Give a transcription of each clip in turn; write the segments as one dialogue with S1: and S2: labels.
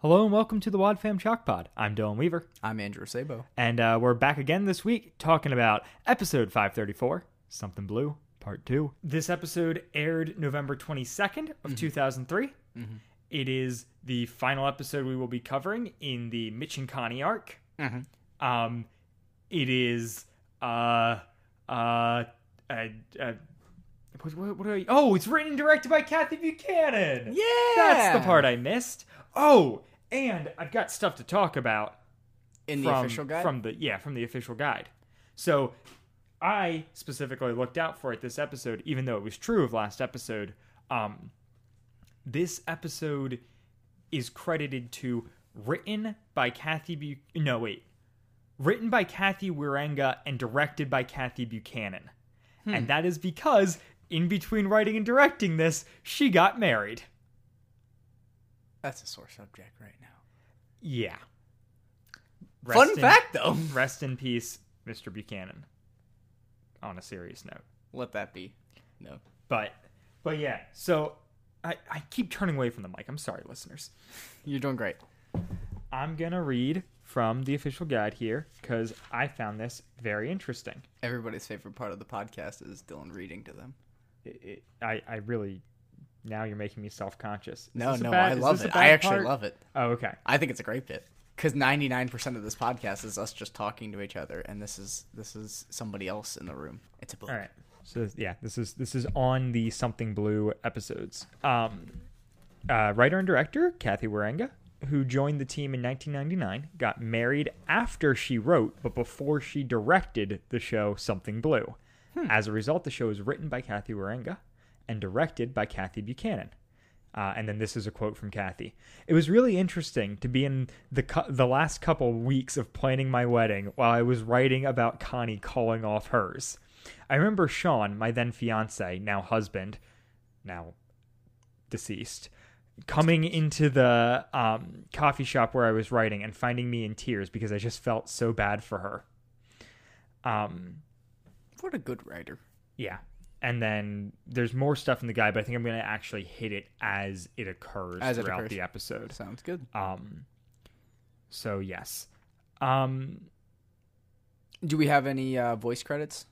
S1: Hello and welcome to the Wad Fam Chalk Pod. I'm Dylan Weaver,
S2: I'm Andrew Sabo.
S1: and uh, we're back again this week talking about episode 534, Something Blue, Part 2. This episode aired November 22nd of 2003. It is the final episode we will be covering in the Mitch and Connie arc. Um, it is uh uh, uh, uh what, what, what are you? Oh, it's written and directed by Kathy Buchanan.
S2: Yeah!
S1: that's the part I missed. Oh, and I've got stuff to talk about
S2: In the
S1: from,
S2: official guide?
S1: from the yeah from the official guide. So I specifically looked out for it this episode, even though it was true of last episode. Um, this episode is credited to written by Kathy. Bu- no, wait, written by Kathy Wirenga and directed by Kathy Buchanan,
S2: Hmm.
S1: and that is because in between writing and directing this, she got married.
S2: That's a sore subject right now.
S1: Yeah.
S2: Fun
S1: Rest in-
S2: fact, though.
S1: Rest in peace, Mr. Buchanan. On a serious note.
S2: Let that be. No.
S1: But but yeah, so I, I keep turning away from the mic. I'm sorry, listeners.
S2: You're doing great.
S1: I'm gonna read from the official guide here because I found this very interesting.
S2: Everybody's favorite part of the podcast is Dylan reading to them.
S1: It, it, I I really now you're making me self conscious.
S2: No, no, I love it. I actually love it.
S1: Oh, okay.
S2: I think it's a great bit because 99% of this podcast is us just talking to each other, and this is this is somebody else in the room. It's a book.
S1: All right. So this- yeah, this is this is on the Something Blue episodes. Um, uh, writer and director Kathy Warenga, who joined the team in 1999, got married after she wrote but before she directed the show Something Blue. As a result, the show is written by Kathy Warenga and directed by Kathy Buchanan. Uh, and then this is a quote from Kathy. It was really interesting to be in the cu- the last couple weeks of planning my wedding while I was writing about Connie calling off hers. I remember Sean, my then fiance, now husband, now deceased, coming into the um, coffee shop where I was writing and finding me in tears because I just felt so bad for her. Um,
S2: What a good writer.
S1: yeah. And then there's more stuff in the guide, but I think I'm going to actually hit it as it occurs
S2: As it
S1: throughout
S2: occurs.
S1: the episode.
S2: Sounds good.
S1: Um, so yes. Um,
S2: Do we have any uh, voice credits?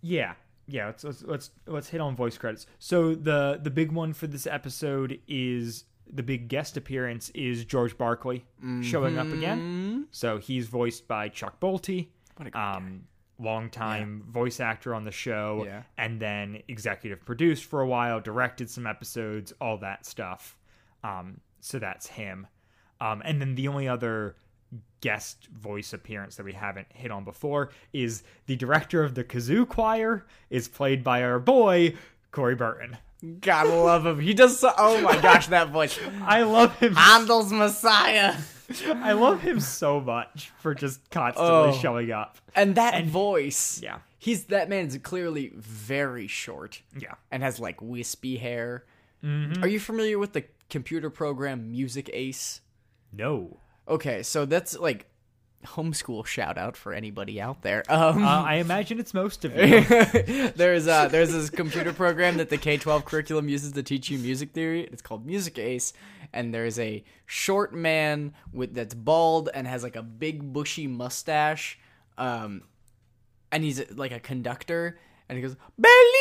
S1: yeah, yeah. Let's, let's let's let's hit on voice credits. So the the big one for this episode is the big guest appearance is George Barkley showing up
S2: Mm-hmm.
S1: again. So he's voiced by Chuck Bolte.
S2: Mm, What a great
S1: um, longtime voice actor on the show,
S2: Yeah.
S1: and then executive produced for a while, directed some episodes, all that stuff. Um, so that's him. Um, and then the only other guest voice appearance that we haven't hit on before is the director of the Kazoo Choir is played by our boy Corey Burton.
S2: Gotta love him. He does so. Oh my gosh, that voice.
S1: I love him.
S2: Handel's Messiah.
S1: I love him so much for just constantly
S2: Oh.
S1: showing up.
S2: And that voice.
S1: yeah.
S2: He's that man's clearly very short
S1: Yeah.
S2: and has like wispy hair. Are you familiar with the computer program Music Ace?
S1: No.
S2: Okay, so that's like homeschool shout out for anybody out there. Um
S1: Uh, I imagine it's most of you.
S2: there's uh there's this computer program that the K-12 curriculum uses to teach you music theory. It's called Music Ace, and there's a short man with that's bald and has like a big bushy mustache, um, and he's like a conductor, and he goes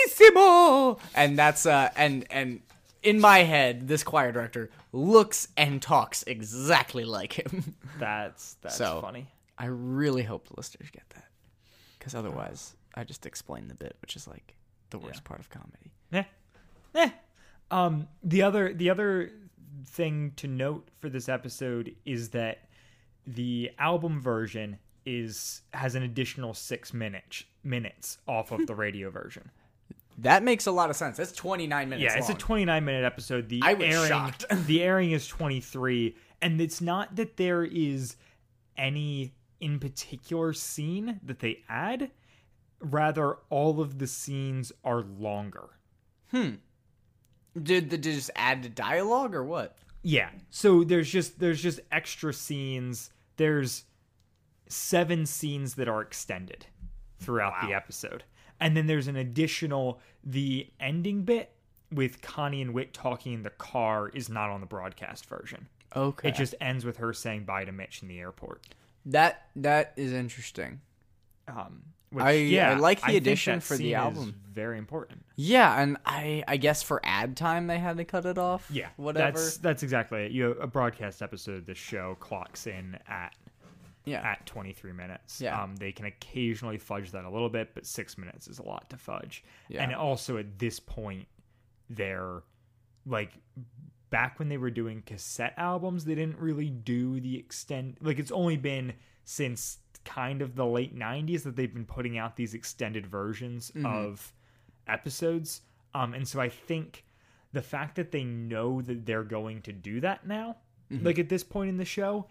S2: bellissimo, and that's uh and and in my head, this choir director looks and talks exactly like him.
S1: That's that's
S2: So-
S1: funny.
S2: I really hope the listeners get that. Because otherwise, I just explained the bit, which is like the worst part of comedy.
S1: Eh. Eh. Um, the other the other thing to note for this episode is that the album version is has an additional six minutes minutes off of the radio version.
S2: That makes a lot of sense. That's 29 minutes.
S1: Yeah, it's a
S2: long.
S1: 29 minute episode. The
S2: I was
S1: airing,
S2: shocked.
S1: the airing is 23, and it's not that there is any in particular scene that they add. Rather, all of the scenes are longer.
S2: Did they just add to dialogue or what?
S1: Yeah. So there's just there's just extra scenes. There's seven scenes that are extended throughout the episode. And then there's an additional the ending bit with Connie and Wit talking in the car is not on the broadcast version.
S2: Okay.
S1: It just ends with her saying bye to Mitch in the airport.
S2: that that is interesting.
S1: Um, which,
S2: I- I
S1: yeah,
S2: like the
S1: think
S2: addition
S1: that
S2: for the
S1: scene is
S2: album.
S1: very important.
S2: Yeah, and I I guess for ad time they had to cut it off.
S1: Yeah,
S2: Whatever.
S1: That's that's exactly it. You have a broadcast episode. The show clocks in at
S2: yeah.
S1: at 23 minutes.
S2: Yeah.
S1: Um, they can occasionally fudge that a little bit, but six minutes is a lot to fudge.
S2: Yeah.
S1: And also at this point, they're like back when they were doing cassette albums, they didn't really do the extend. Like it's only been since kind of the late 90s that they've been putting out these extended versions
S2: Mm-hmm.
S1: of episodes. Um, and so I think the fact that they know that they're going to do that now,
S2: Mm-hmm.
S1: like at this point in the show,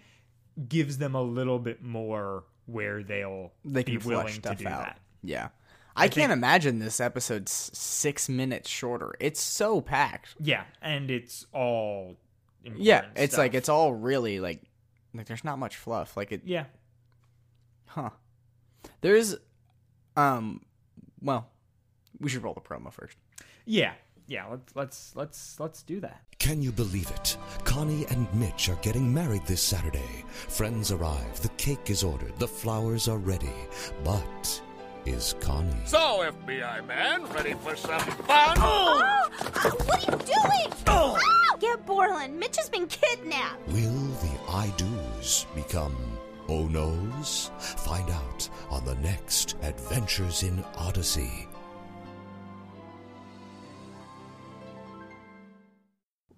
S1: gives them a little bit more where they'll
S2: They can
S1: be willing
S2: flesh
S1: to
S2: stuff
S1: do
S2: out.
S1: that.
S2: Yeah. I, can't imagine this episode's six minutes shorter. It's so packed.
S1: Yeah, and it's all important
S2: Yeah, it's
S1: stuff.
S2: like it's all really like like there's not much fluff. Like it
S1: yeah,
S2: Huh. There's, um, well, we should roll the promo first.
S1: yeah, yeah. Let's let's let's let's do that.
S3: Can you believe it? Connie and Mitch are getting married this Saturday. Friends arrive, the cake is ordered, the flowers are ready. But is Connie?
S4: So, FBI man, ready for some fun?
S5: Oh! What are you doing? Oh! Get Borland. Mitch has been kidnapped.
S3: Will the I do's become oh no's? Find out on the next Adventures in Odyssey.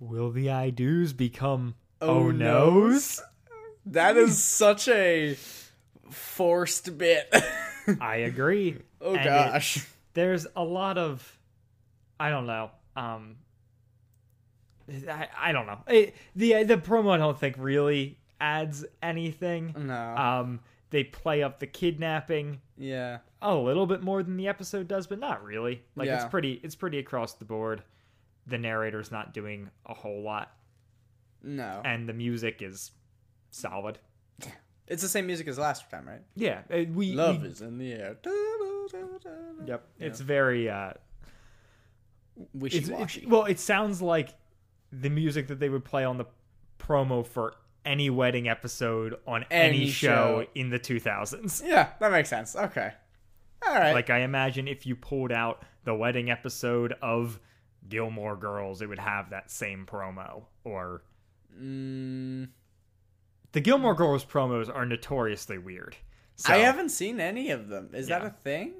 S1: Will the I do's become
S2: Oh,
S1: oh
S2: no's?
S1: no's?
S2: That is such a forced bit.
S1: I agree.
S2: oh
S1: And it-
S2: gosh.
S1: there's a lot of I don't know. Um I, I don't know. It, the the promo I don't think really adds anything.
S2: No.
S1: Um they play up the kidnapping
S2: Uh, yeah.
S1: a little bit more than the episode does, but not really. Like it's
S2: Yeah.
S1: pretty it's pretty across the board. The narrator's not doing a whole lot
S2: No.
S1: and the music is solid.
S2: It's the same music as last time, right?
S1: Yeah, uh, we
S2: Love
S1: we-
S2: is in the air.
S1: Yep. It's very uh
S2: Wishy
S1: it's,
S2: washy.
S1: it's- well, it sounds like the music that they would play on the promo for any wedding episode on any,
S2: Any
S1: show,
S2: show.
S1: in the 2000s.
S2: Yeah, that makes sense. Okay. All right.
S1: Like I imagine if you pulled out the wedding episode of Gilmore Girls, it would have that same promo or
S2: Mm,
S1: The Gilmore Girls promos are notoriously weird. So,
S2: I haven't seen any of them. Is that a thing?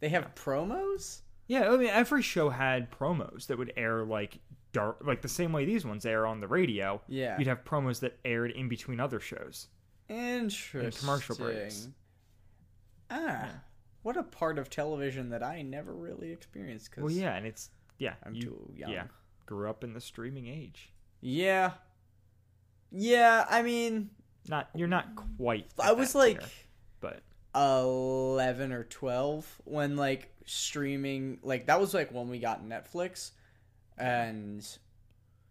S2: They have promos?
S1: Yeah, I mean every show had promos that would air like dark like the same way these ones air on the radio.
S2: Yeah.
S1: You'd have promos that aired in between other shows.
S2: Interesting.
S1: breaks.
S2: Ah, what a part of television that I never really experienced. Cause
S1: Well, yeah, and it's yeah.
S2: I'm too young.
S1: Yeah, grew up in the streaming age.
S2: yeah, yeah. I mean,
S1: Not you're not quite.
S2: Mm. I
S1: at
S2: was
S1: that
S2: like
S1: tier, but
S2: eleven or twelve when like streaming. Like that was like when we got Netflix, and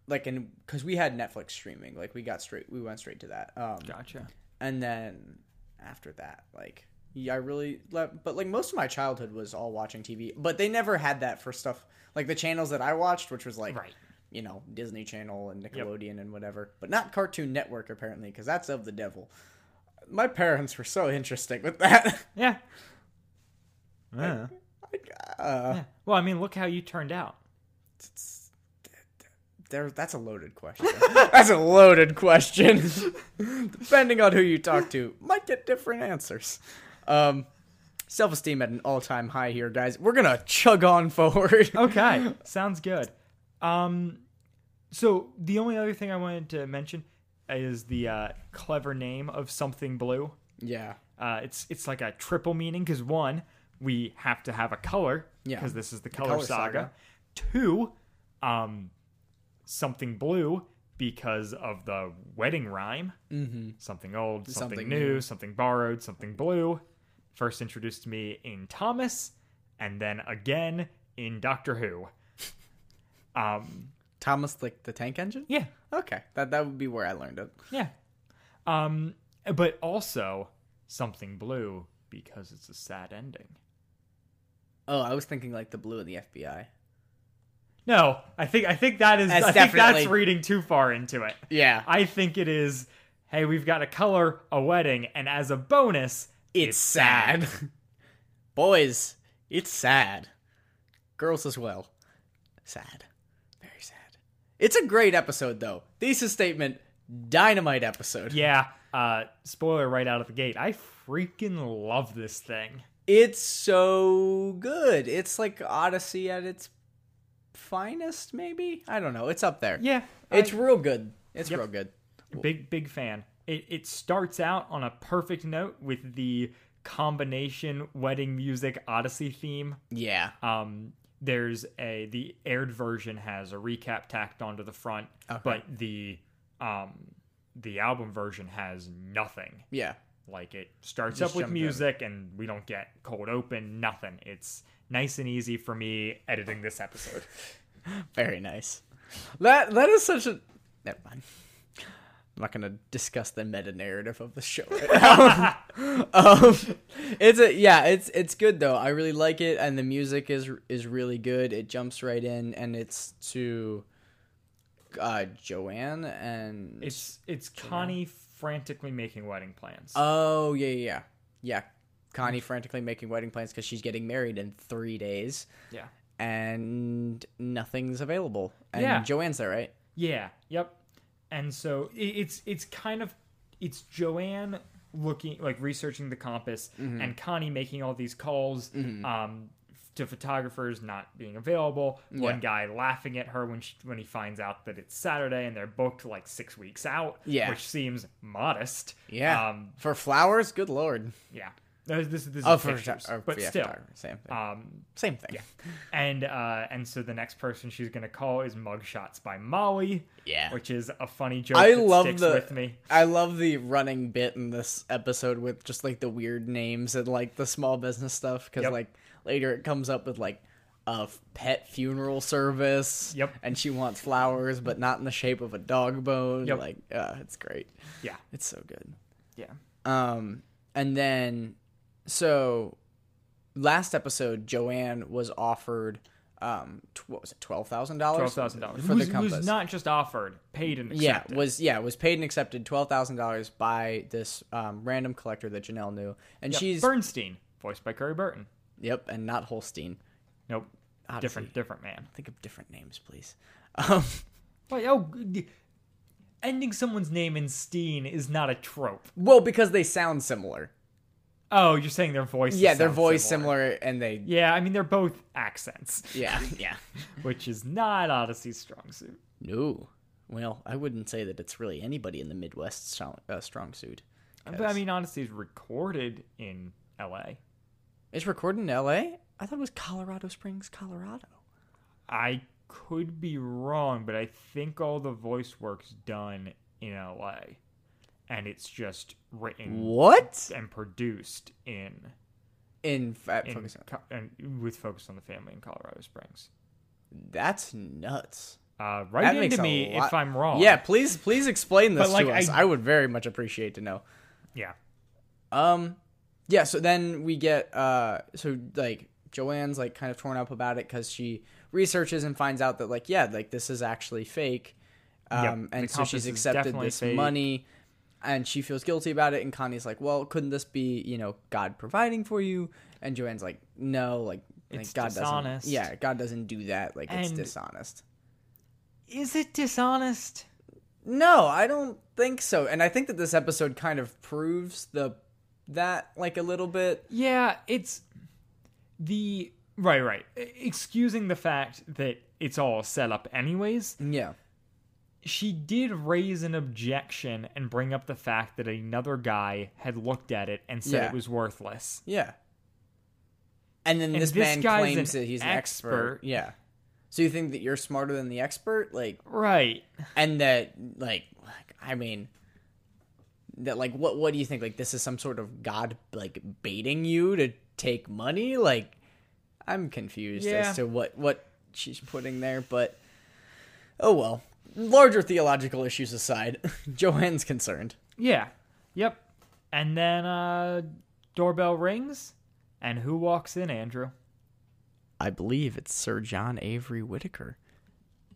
S2: like and because we had Netflix streaming, like we got straight, we went straight to that. Um,
S1: gotcha.
S2: and then after that like yeah i really love but like most of my childhood was all watching tv but they never had that for stuff like the channels that i watched which was like
S1: Right.
S2: you know disney channel and nickelodeon and whatever but not cartoon network apparently because that's of the devil my parents were so interesting with that
S1: Yeah. Yeah.
S2: uh,
S1: yeah. Well, I mean, look how you turned out.
S2: there, that's a loaded question that's a loaded question depending on who you talk to might get different answers um self-esteem at an all-time high here guys we're gonna chug on forward
S1: Okay, sounds good. Um, so the only other thing I wanted to mention is the uh, clever name of something blue.
S2: Yeah.
S1: Uh, it's it's like a triple meaning because one, we have to have a color
S2: Yeah.
S1: because this is the color,
S2: color
S1: saga.
S2: saga.
S1: Two, um, something blue because of the wedding rhyme. Mm-hmm. Something old, something,
S2: Something
S1: new, something borrowed, something blue. First introduced to me in Thomas, and then again in Doctor Who. Um,
S2: Thomas like the tank engine?
S1: yeah,
S2: Okay. That that would be where I learned it.
S1: yeah. Um, but also something blue because it's a sad ending.
S2: Oh, I was thinking like the blue and the FBI.
S1: No, I think I think that is
S2: That's
S1: I think that's
S2: definitely-
S1: reading too far into it.
S2: Yeah.
S1: I think it is hey, we've got to color a wedding and as a bonus,
S2: It's sad. Boys, it's sad. Girls as well. Sad. Very sad. It's a great episode, though. Thesis statement, dynamite episode.
S1: yeah, uh spoiler right out of the gate. I freaking love this thing.
S2: It's so good. It's like Odyssey at its finest, maybe? I don't know. It's up there.
S1: Yeah.
S2: It's real good. It's
S1: Yep.
S2: real good.
S1: Big big fan. It it starts out on a perfect note with the combination wedding music odyssey theme.
S2: Yeah.
S1: Um there's a the aired version has a recap tacked onto the front, but the um the album version has nothing.
S2: yeah.
S1: Like it starts
S2: Just
S1: up with
S2: jumped in.
S1: music and we don't get cold open, nothing. It's nice and easy for me editing this episode.
S2: Very nice. That that is such a never mind. I'm not gonna discuss the meta narrative of the show right now. um, it's a yeah, it's it's good though. I really like it, and the music is is really good. It jumps right in, and it's to uh, Joanne and
S1: It's it's Connie frantically making wedding plans.
S2: oh yeah yeah yeah. yeah.
S1: Mm.
S2: Connie frantically making wedding plans because she's getting married in three days,
S1: yeah.
S2: and nothing's available. And
S1: Yeah.
S2: Joanne's there, right?
S1: Yeah. Yep. And so i- it's it's kind of it's Joanne looking like researching the compass
S2: Mm-hmm.
S1: and Connie making all these calls um, to photographers not being available. One guy laughing at her when she, when he finds out that it's Saturday and they're booked like six weeks out.
S2: Yeah.
S1: Which seems modest.
S2: Yeah.
S1: Um,
S2: for flowers, good lord.
S1: yeah. No, This, this is
S2: Oh, for
S1: pictures,
S2: photog- oh,
S1: but
S2: yeah,
S1: still.
S2: photographer, same thing.
S1: Um,
S2: same thing.
S1: and uh, and so the next person she's gonna call is Mugshots by Molly.
S2: Yeah.
S1: which is a funny joke.
S2: I
S1: that
S2: love
S1: sticks
S2: the
S1: with me.
S2: I love the running bit in this episode with just like the weird names and like the small business stuff because
S1: Yep.
S2: like later it comes up with like a f- pet funeral service.
S1: Yep.
S2: And she wants flowers, but not in the shape of a dog bone.
S1: Yep.
S2: Like, uh, it's great.
S1: Yeah,
S2: It's so good.
S1: yeah,
S2: Um, and then so last episode, Joanne was offered um, tw- what was it, twelve thousand dollars?
S1: twelve thousand dollars
S2: for the compass.
S1: Was not just offered, paid and
S2: yeah,
S1: accepted.
S2: was yeah was paid and accepted twelve thousand dollars by this um, random collector that Janelle knew, and
S1: Yep.
S2: she's
S1: Bernstein, voiced by Curry Burton.
S2: yep, and not Holstein.
S1: Nope,
S2: Odyssey.
S1: different, different man.
S2: Think of different names, please. Um,
S1: But oh, g- ending someone's name in Steen is not a trope.
S2: well, because they sound similar.
S1: Oh, you're saying their voice?
S2: Yeah, their voice similar. and they
S1: Yeah, I mean they're both accents,
S2: yeah yeah.
S1: which is not Odyssey's strong suit.
S2: No. Well, I wouldn't say that it's really anybody in the Midwest strong, uh, strong suit.
S1: But I mean, Odyssey's recorded in L.A.
S2: It's recorded in L.A. I thought it was Colorado Springs, Colorado.
S1: I could be wrong, but I think all the voice work's done in LA. And it's just written
S2: What?
S1: and produced in,
S2: In, fa-
S1: in
S2: focus on-
S1: Co- and with focus on the family in Colorado Springs.
S2: That's nuts.
S1: Uh,
S2: That
S1: write
S2: makes
S1: into
S2: a
S1: me
S2: lot-
S1: if I'm wrong.
S2: Yeah, please, please explain this
S1: But, like,
S2: to us.
S1: I-
S2: I... would very much appreciate to know.
S1: yeah,
S2: Um, yeah. So then we get uh, so like Joanne's like kind of torn up about it because she researches and finds out that like yeah, like this is actually fake. Um,
S1: Yep, the
S2: and so
S1: compass
S2: she's
S1: is
S2: accepted
S1: definitely
S2: this
S1: fake.
S2: money, and she feels guilty about it. And Connie's like, well, couldn't this be you know God providing for you? And Joanne's like, no, like. like,
S1: It's
S2: God
S1: dishonest.
S2: doesn't. Yeah, God doesn't do that. Like it's
S1: And-
S2: dishonest.
S1: is it dishonest?
S2: No, I don't think so. And I think that this episode kind of proves the that like a little bit.
S1: Yeah, it's the right, right. E-, Excusing the fact that it's all set up anyways.
S2: Yeah.
S1: she did raise an objection and bring up the fact that another guy had looked at it and said
S2: Yeah.
S1: it was worthless.
S2: Yeah. And then
S1: And
S2: this,
S1: this
S2: man
S1: guy's
S2: claims
S1: an
S2: that he's an expert.
S1: expert.
S2: Yeah. So you think that you're smarter than the expert? Like
S1: Right.
S2: and that like I mean that like what what do you think? Like this is some sort of god like baiting you to take money? Like I'm confused
S1: Yeah.
S2: as to what what she's putting there, but oh well. Larger theological issues aside, Joanne's concerned.
S1: Yeah. Yep. And then uh doorbell rings and who walks in, Andrew?
S2: I believe it's Sir John Avery Whitaker.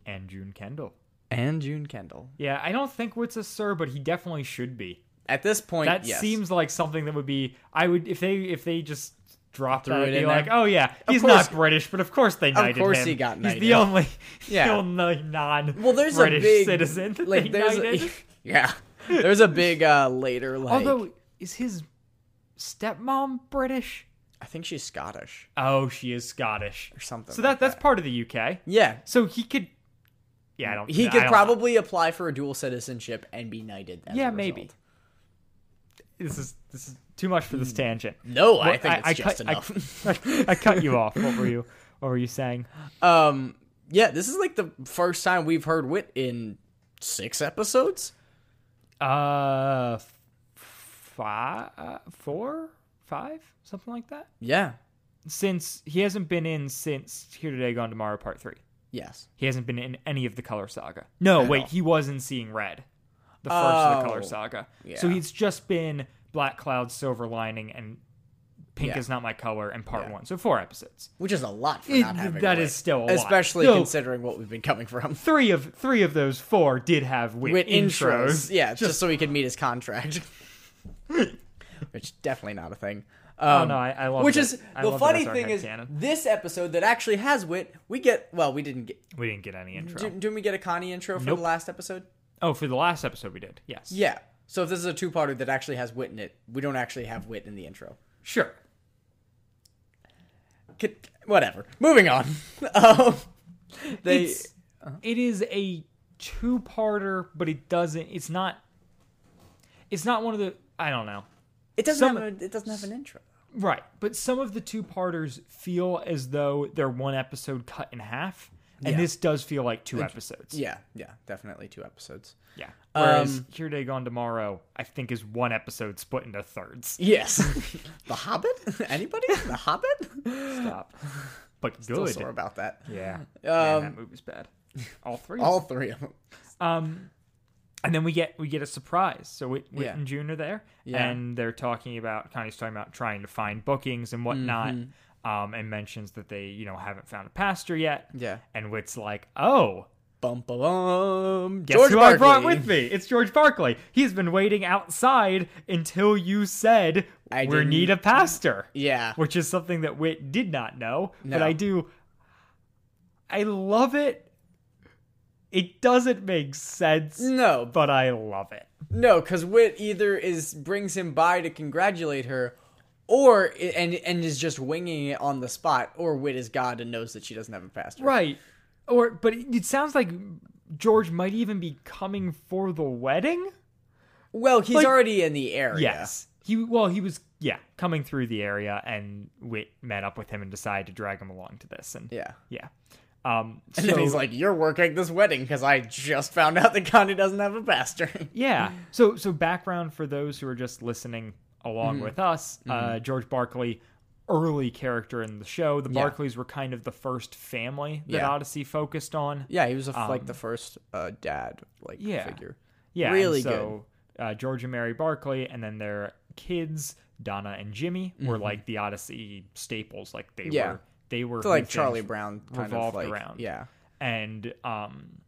S1: and June Kendall.
S2: and June Kendall.
S1: Yeah, I don't think Witt's a sir, but he definitely should be.
S2: At this point,
S1: That
S2: yes.
S1: seems like something that would be. I would if they if they just dropped
S2: Threw
S1: her
S2: it
S1: and be
S2: in
S1: like,
S2: there.
S1: oh yeah, he's
S2: course-
S1: not British, but of course they knighted
S2: course
S1: him.
S2: he got
S1: He's
S2: knighted.
S1: the only,
S2: Yeah.
S1: the only non
S2: well, there's
S1: British
S2: a big
S1: citizen that
S2: like
S1: they
S2: there's
S1: knighted.
S2: a, yeah. There's a big uh, later like.
S1: Although is his stepmom British?
S2: I think she's Scottish
S1: Oh, she is Scottish.
S2: or something.
S1: So that
S2: like
S1: that's part of the UK.
S2: yeah.
S1: So he could. Yeah, I don't.
S2: He
S1: I
S2: could
S1: don't-
S2: probably apply for a dual citizenship and be knighted. As a
S1: Yeah,
S2: result.
S1: maybe. This is this is too much for
S2: Hmm.
S1: this tangent.
S2: No, I
S1: What-
S2: think it's just
S1: cut,
S2: enough.
S1: I, I cut you off. What were you? What were you saying?
S2: Um, yeah, this is like the first time we've heard Wit in six episodes.
S1: Uh, five, four, five, something like that.
S2: Yeah.
S1: Since he hasn't been in since Here Today, Gone Tomorrow, Part Three.
S2: Yes.
S1: He hasn't been in any of the Color Saga. No, wait, he was in Seeing Red, the first of the
S2: Oh,
S1: Color Saga. So
S2: yeah.
S1: he's just been Black Cloud, Silver Lining, and Pink
S2: Yeah.
S1: is Not My Color, and Part
S2: Yeah.
S1: One. So four episodes.
S2: Which is a lot for
S1: It-
S2: not having.
S1: that
S2: a Wit.
S1: is still a lot.
S2: especially
S1: No.
S2: considering what we've been coming from.
S1: Three of three of those four did have wit,
S2: Wit
S1: intros.
S2: intros, yeah, just, so he could meet his contract, which definitely not a thing.
S1: Oh
S2: Um,
S1: no, I, I love
S2: which
S1: that.
S2: is
S1: I
S2: the
S1: love that
S2: funny
S1: that's our
S2: thing is
S1: headcanon.
S2: this episode that actually has Wit, we get well, we didn't get.
S1: we didn't get any intro.
S2: Didn't, didn't we get a Connie intro from
S1: Nope.
S2: the last episode?
S1: Oh, for the last episode we did. Yes.
S2: Yeah. So if this is a two-parter that actually has Wit in it, we don't actually have Wit in the intro.
S1: Sure.
S2: Could, whatever. Moving on. um, they
S1: It's, it is a two-parter, but it doesn't. It's not. It's not one of the. I don't know.
S2: it doesn't
S1: some-
S2: have a, it doesn't have an intro.
S1: Right, but some of the two-parters feel as though they're one episode cut in half, and
S2: Yeah.
S1: this does feel like two episodes.
S2: Yeah, yeah, definitely two episodes.
S1: Yeah. Whereas Here Today Gone Tomorrow, I think, is one episode split into thirds.
S2: Yes. the Hobbit? Anybody? The Hobbit?
S1: Stop. But good.
S2: Still sore about that.
S1: Yeah.
S2: Um,
S1: Man, that movie's bad. All three.
S2: All three of them.
S1: Um, and then we get we get a surprise. So Whit, Whit
S2: Yeah.
S1: and June are there,
S2: Yeah.
S1: and they're talking about Connie's talking about trying to find bookings and whatnot,
S2: Mm-hmm.
S1: um, and mentions that they you know haven't found a pastor yet.
S2: Yeah.
S1: and Whit's like, oh.
S2: Bum ba bum.
S1: Guess
S2: George
S1: who I
S2: Barkley.
S1: brought with me? It's George Barkley. He's been waiting outside until you said
S2: I
S1: we
S2: didn't-
S1: need a pastor.
S2: Yeah.
S1: Which is something that Wit did not know. But
S2: No.
S1: I do I love it. It doesn't make sense,
S2: No, but
S1: but I love it.
S2: no, because Wit either is brings him by to congratulate her, or and and is just winging it on the spot, or Wit is God and knows that she doesn't have a pastor.
S1: Right. Or but it, it sounds like George might even be coming for the wedding?
S2: Well, he's
S1: Like-
S2: already in the area.
S1: Yes. He well, he was yeah, coming through the area and Wit met up with him and decided to drag him along to this and
S2: Yeah.
S1: Yeah. Um,
S2: And
S1: so,
S2: then he's like, "You're working this wedding because I just found out that Connie doesn't have a pastor." "Mm."
S1: yeah. So, so background for those who are just listening along
S2: Mm-hmm.
S1: with us, uh, George Barkley, early character in the show. The Barclays were kind of the first family that
S2: Yeah.
S1: Odyssey focused on.
S2: Yeah, he was a f like the first uh, dad like
S1: Um, yeah.
S2: figure.
S1: Yeah. and
S2: Really
S1: so, Uh, George and Mary Barkley, and then their kids, Donna and Jimmy, were like the Odyssey staples. Like they
S2: Mm-hmm. Yeah.
S1: were, they were
S2: So,
S1: who
S2: like
S1: things
S2: Charlie Brown kind of
S1: revolved
S2: like
S1: around.
S2: yeah.
S1: and um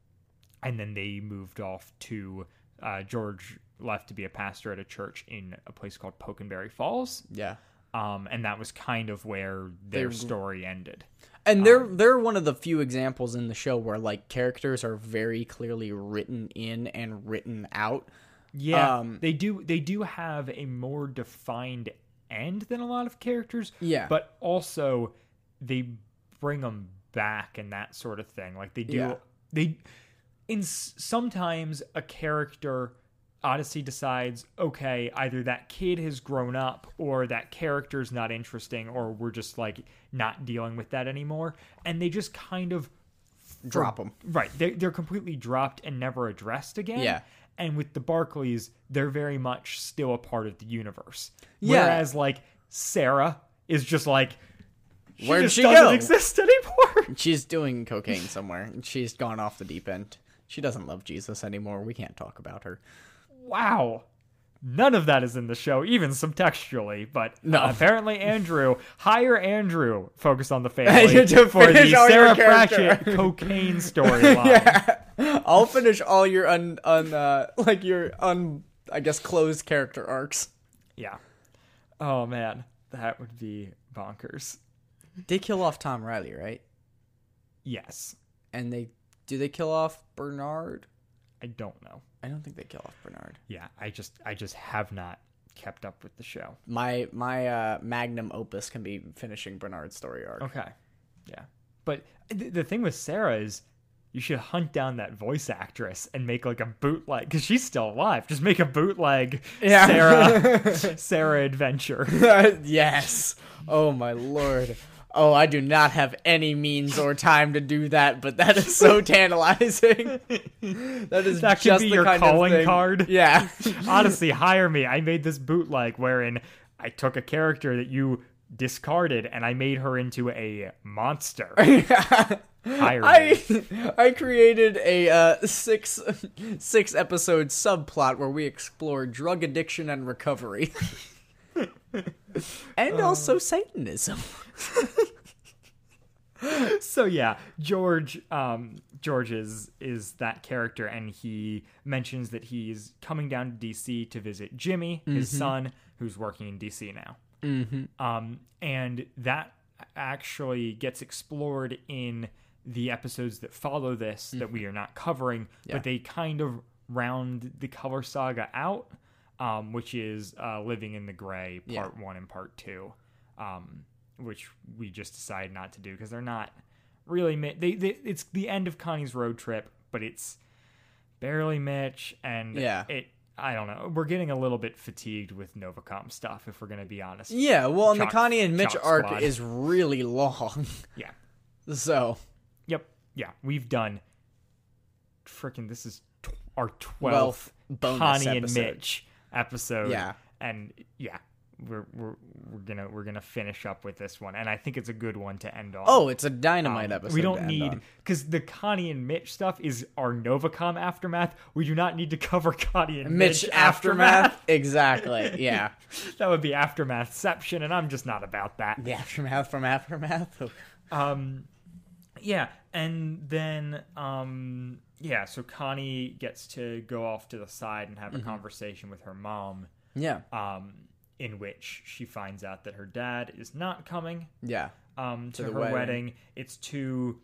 S1: and then they moved off to uh George left to be a pastor at a church in a place called Pokenberry Falls
S2: Yeah.
S1: um and that was kind of where their story ended
S2: And they're
S1: Um,
S2: they're one of the few examples in the show where like characters are very clearly written in and written out.
S1: yeah
S2: Um,
S1: they do they do have a more defined end than a lot of characters
S2: Yeah.
S1: but also they bring them back and that sort of thing like they do
S2: Yeah.
S1: they in s- sometimes a character odyssey decides okay either that kid has grown up or that character's not interesting or we're just like not dealing with that anymore and they just kind of
S2: Drop them.
S1: Right. They're, they're completely dropped and never addressed again.
S2: Yeah.
S1: And with the Barclays, they're very much still a part of the universe.
S2: Yeah.
S1: Whereas, like, Sarah is just like, she
S2: Where'd
S1: just
S2: she
S1: doesn't
S2: go?
S1: exist anymore.
S2: She's doing cocaine somewhere. and She's gone off the deep end. She doesn't love Jesus anymore. We can't talk about her.
S1: wow. None of that is in the show, even subtextually. But
S2: No.
S1: uh, apparently, Andrew hire Andrew focused on the
S2: You
S1: family
S2: to
S1: for the
S2: finish all your
S1: Sarah
S2: character.
S1: Pratchett cocaine storyline.
S2: I'll finish all your un un uh, like your un I guess closed character arcs.
S1: yeah. Oh man, that would be bonkers.
S2: They kill off Tom Riley, right?
S1: Yes,
S2: And they do they kill off Bernard?
S1: I don't know.
S2: I don't think they kill off Bernard.
S1: Yeah, I just I just have not kept up with the show.
S2: My my uh, magnum opus can be finishing Bernard's story arc.
S1: Okay. Yeah. But th- the thing with Sarah is you should hunt down that voice actress and make like a bootleg because she's still alive. Just make a bootleg
S2: Yeah.
S1: Sarah Sarah adventure.
S2: yes. Oh my lord. Oh, I do not have any means or time to do that, but that is so tantalizing. that is
S1: That could
S2: just
S1: be
S2: the
S1: your
S2: kind
S1: calling
S2: of thing.
S1: card.
S2: Yeah.
S1: Honestly, hire me. I made this bootleg wherein I took a character that you discarded and I made her into a monster. Hire me.
S2: I I created a uh, six six episode subplot where we explore drug addiction and recovery, and also Satanism.
S1: so yeah, George um George is is that character and he mentions that he's coming down to DC to visit Jimmy, his son, who's working in DC now. Mm-hmm. Um and that actually gets explored in the episodes that follow this that we are not covering, but they kind of round the color saga out, um, which is uh, Living in the Gray part one and part two um, which we just decided not to do because they're not really. Mi- they, they it's the end of Connie's road trip, but it's barely Mitch, and
S2: Yeah.
S1: it. I don't know. We're getting a little bit fatigued with Novacom stuff, if we're going to be honest.
S2: Yeah, well, and the
S1: Chalk-
S2: Connie and Mitch
S1: chalk
S2: arc
S1: squad.
S2: is really long,
S1: Yeah.
S2: so
S1: Yep. Yeah. We've done. Freaking! This is tw- our twelfth
S2: Twelfth bonus
S1: Connie
S2: episode.
S1: and Mitch episode.
S2: Yeah.
S1: And yeah, we're we're we're gonna we're gonna finish up with this one, and I think it's a good one to end on.
S2: Oh, it's a dynamite episode.
S1: we
S2: to
S1: don't
S2: end
S1: need
S2: on.
S1: because the Connie and Mitch stuff is our Novacom aftermath. We do not need to cover Connie and
S2: Mitch aftermath. exactly. Yeah.
S1: that would be aftermathception, and I'm just not about that.
S2: The aftermath from aftermath.
S1: Um, yeah, and then um, yeah, so Connie gets to go off to the side and
S2: Mm-hmm.
S1: have a conversation with her mom,
S2: yeah.
S1: um, in which she finds out that her dad is not coming
S2: Yeah.
S1: um, to,
S2: the
S1: her
S2: wedding.
S1: wedding. It's too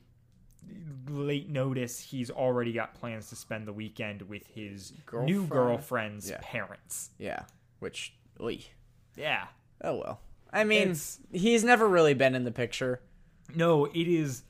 S1: late notice. He's already got plans to spend the weekend with his new
S2: Girlfriend?
S1: girlfriend's
S2: Yeah.
S1: parents.
S2: Yeah. Which. Oy.
S1: Yeah.
S2: Oh well. I mean,
S1: It's-
S2: he's never really been in the picture.
S1: No, it is.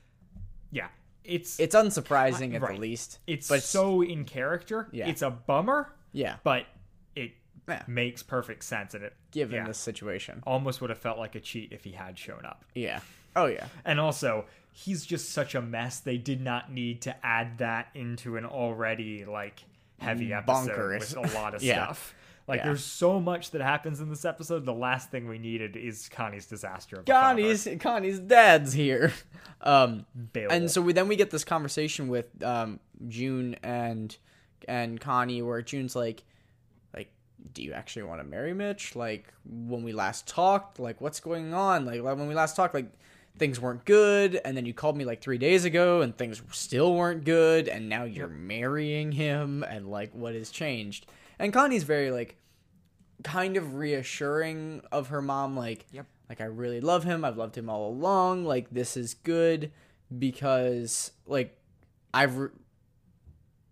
S1: Yeah, it's it's,
S2: It's unsurprising at
S1: Right.
S2: the least.
S1: so in character.
S2: Yeah.
S1: It's a bummer,
S2: yeah,
S1: but it
S2: Yeah.
S1: makes perfect sense, and it
S2: given
S1: yeah,
S2: the situation.
S1: almost would have felt like a cheat if he had shown up.
S2: Yeah. Oh yeah.
S1: And also, he's just such a mess. They did not need to add that into an already like heavy episode
S2: Bonkers.
S1: with a lot of
S2: Yeah.
S1: stuff. Like
S2: Yeah.
S1: there's so much that happens in this episode. The last thing we needed is Connie's disaster. Of a father.
S2: Connie's Connie's dad's here. Um
S1: Bill.
S2: and so we then we get this conversation with um June and and Connie where June's like like do you actually want to marry Mitch? Like when we last talked, like what's going on? Like when we last talked like things weren't good and then you called me like 3 days ago and things still weren't good and now you're marrying him and like what has changed? And Connie's very like kind of reassuring of her mom like like I really love him. I've loved him all along. Like this is good because like I've re-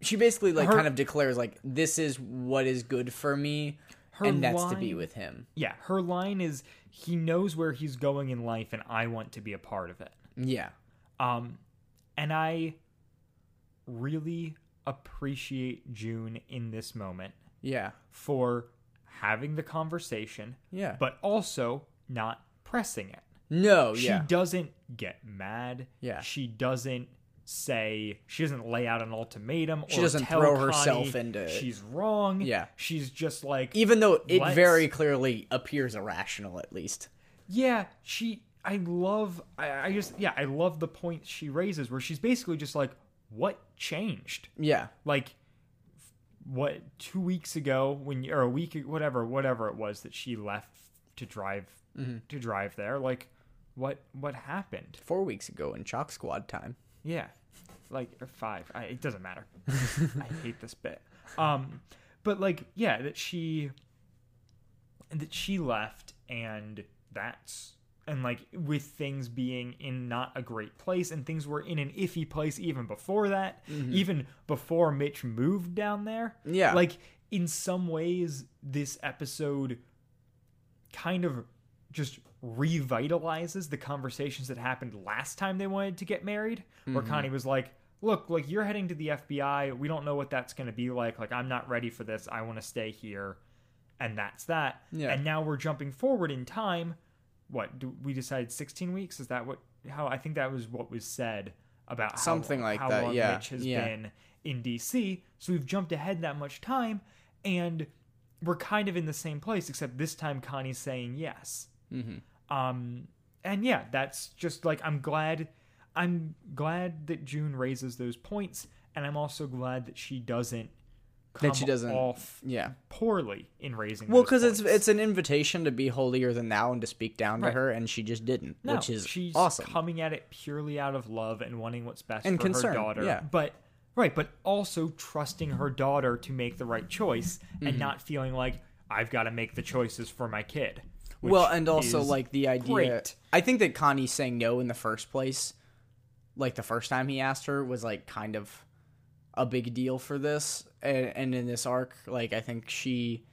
S2: she basically like
S1: Her-
S2: kind of declares like this is what is good for me
S1: Her
S2: and that's to be
S1: line-
S2: with him.
S1: yeah, her line is he knows where he's going in life, and I want to be a part of it.
S2: Yeah.
S1: Um, and I really appreciate June in this moment
S2: Yeah.
S1: for having the conversation.
S2: Yeah.
S1: but also not pressing it.
S2: no,
S1: She
S2: yeah.
S1: doesn't get mad.
S2: Yeah.
S1: She doesn't say she doesn't lay out an ultimatum
S2: She
S1: or
S2: doesn't
S1: tell
S2: throw
S1: Connie
S2: herself into it.
S1: she's wrong.
S2: Yeah.
S1: She's just like
S2: Even though it
S1: Let's-
S2: very clearly appears irrational at least.
S1: Yeah, she I love I, I just yeah, I love the point she raises where she's basically just like, What changed?
S2: Yeah.
S1: Like what two weeks ago when you- or a week whatever whatever it was that she left to drive to drive there like what what happened
S2: Four weeks ago in Chalk Squad time.
S1: yeah like or five I, it doesn't matter i hate this bit um but like yeah that she that she left and that's and like with things being in not a great place and things were in an iffy place even before that even before mitch moved down there
S2: Yeah.
S1: like in some ways this episode kind of just revitalizes the conversations that happened last time they wanted to get married where connie was like look like you're heading to the fbi we don't know what that's going to be like like i'm not ready for this i want to stay here and that's that
S2: Yeah.
S1: and now we're jumping forward in time what do we decided 16 weeks is that what how i think that was what was said about how-
S2: Something like
S1: how
S2: that,
S1: long
S2: yeah,
S1: Mitch has
S2: yeah.
S1: been in dc so we've jumped ahead that much time and we're kind of in the same place except this time connie's saying yes
S2: Mm-hmm.
S1: um and yeah that's just like i'm glad i'm glad that june raises those points and i'm also glad that she doesn't come
S2: That she doesn't-
S1: off
S2: Yeah.
S1: poorly in raising
S2: Well,
S1: those
S2: because it's
S1: points.
S2: it's an invitation to be holier than thou and to speak down to
S1: Right.
S2: her, and she just didn't,
S1: No,
S2: which is
S1: she's
S2: awesome.
S1: coming at it purely out of love and wanting what's best
S2: And
S1: for
S2: concern,
S1: her daughter.
S2: yeah.
S1: But right, but also trusting her daughter to make the right choice
S2: Mm-hmm.
S1: and not feeling like I've got to make the choices for my kid. which
S2: well, and also
S1: is
S2: like the idea.
S1: great.
S2: I think that Connie saying no in the first place, like the first time he asked her, was like kind of a big deal for this, and, and in this arc, like I think she,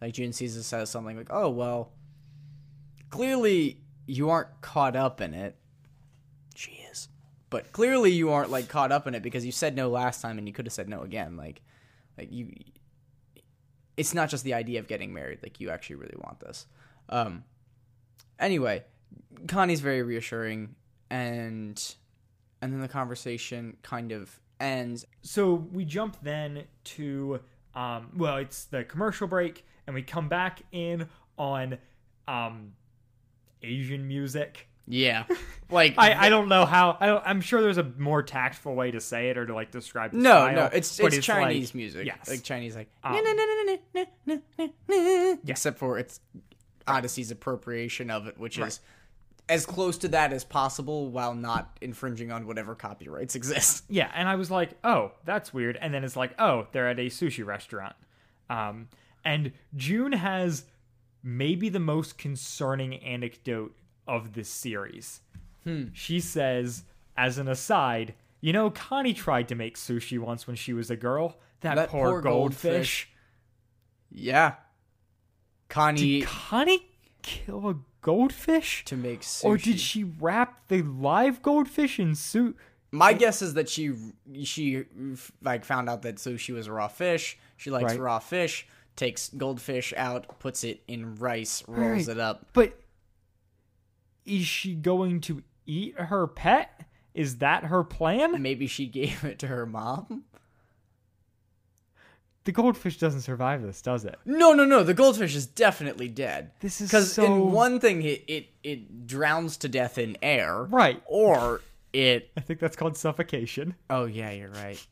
S2: like June Caesar says something like, "Oh well, clearly you aren't caught up in it." She is, but clearly you aren't like caught up in it because you said no last time and you could have said no again, like, like you. It's not just the idea of getting married; like you actually really want this. Um, anyway, Connie's very reassuring, and and then the conversation kind of ends.
S1: so we jump then to um well it's the commercial break and we come back in on um asian music
S2: Yeah, like
S1: I, I don't know how I don't, I'm sure there's a more tactful way to say it or to like describe the
S2: no,
S1: style,
S2: no, it's
S1: but
S2: it's,
S1: like-
S2: Chinese music.
S1: yes
S2: like Chinese, like
S1: Um,
S2: na na na na na na na na. Except for it's Odyssey's appropriation of it, which is as close to that as possible while not infringing on whatever copyrights exist.
S1: Yeah, and I was like, oh, that's weird. And then it's like, oh, they're at a sushi restaurant. Um, and June has maybe the most concerning anecdote of this series.
S2: Hmm.
S1: She says, as an aside, you know, Connie tried to make sushi once when she was a girl. That,
S2: That
S1: poor,
S2: poor
S1: goldfish.
S2: Yeah, Connie
S1: Did Connie kill a goldfish?
S2: to make sushi.
S1: Or did she wrap the live goldfish in suit?
S2: My guess is that she she like found out that sushi was raw fish. She likes
S1: Right.
S2: raw fish. Takes goldfish out, puts it in rice, rolls
S1: Right.
S2: it up.
S1: But is she going to eat her pet? Is that her plan?
S2: Maybe she gave it to her mom.
S1: The goldfish doesn't survive this, does it?
S2: No, no, no. The goldfish is definitely dead.
S1: This is
S2: because
S1: so-
S2: in one thing it, it it drowns to death in air,
S1: Right.
S2: Or it.
S1: I think that's called suffocation.
S2: Oh yeah, you're right.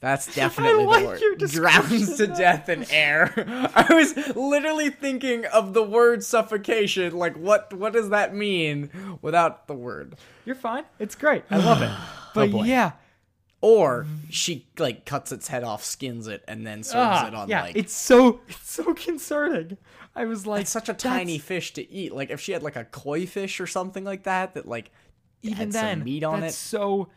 S2: That's definitely
S1: like
S2: the word.
S1: your
S2: Drowns to
S1: description of
S2: death in air. I was literally thinking of the word suffocation. Like, what what does that mean without the word?
S1: You're fine. It's great. I love it. But
S2: Oh, boy.
S1: yeah,
S2: Or she like cuts its head off, skins it, and then serves
S1: ah,
S2: it on
S1: yeah,
S2: like.
S1: it's so it's so concerning. I was like,
S2: It's such a
S1: that's-
S2: tiny fish to eat. Like if she had like a koi fish or something like that, that like
S1: even
S2: had some
S1: then
S2: meat on
S1: that's
S2: it.
S1: So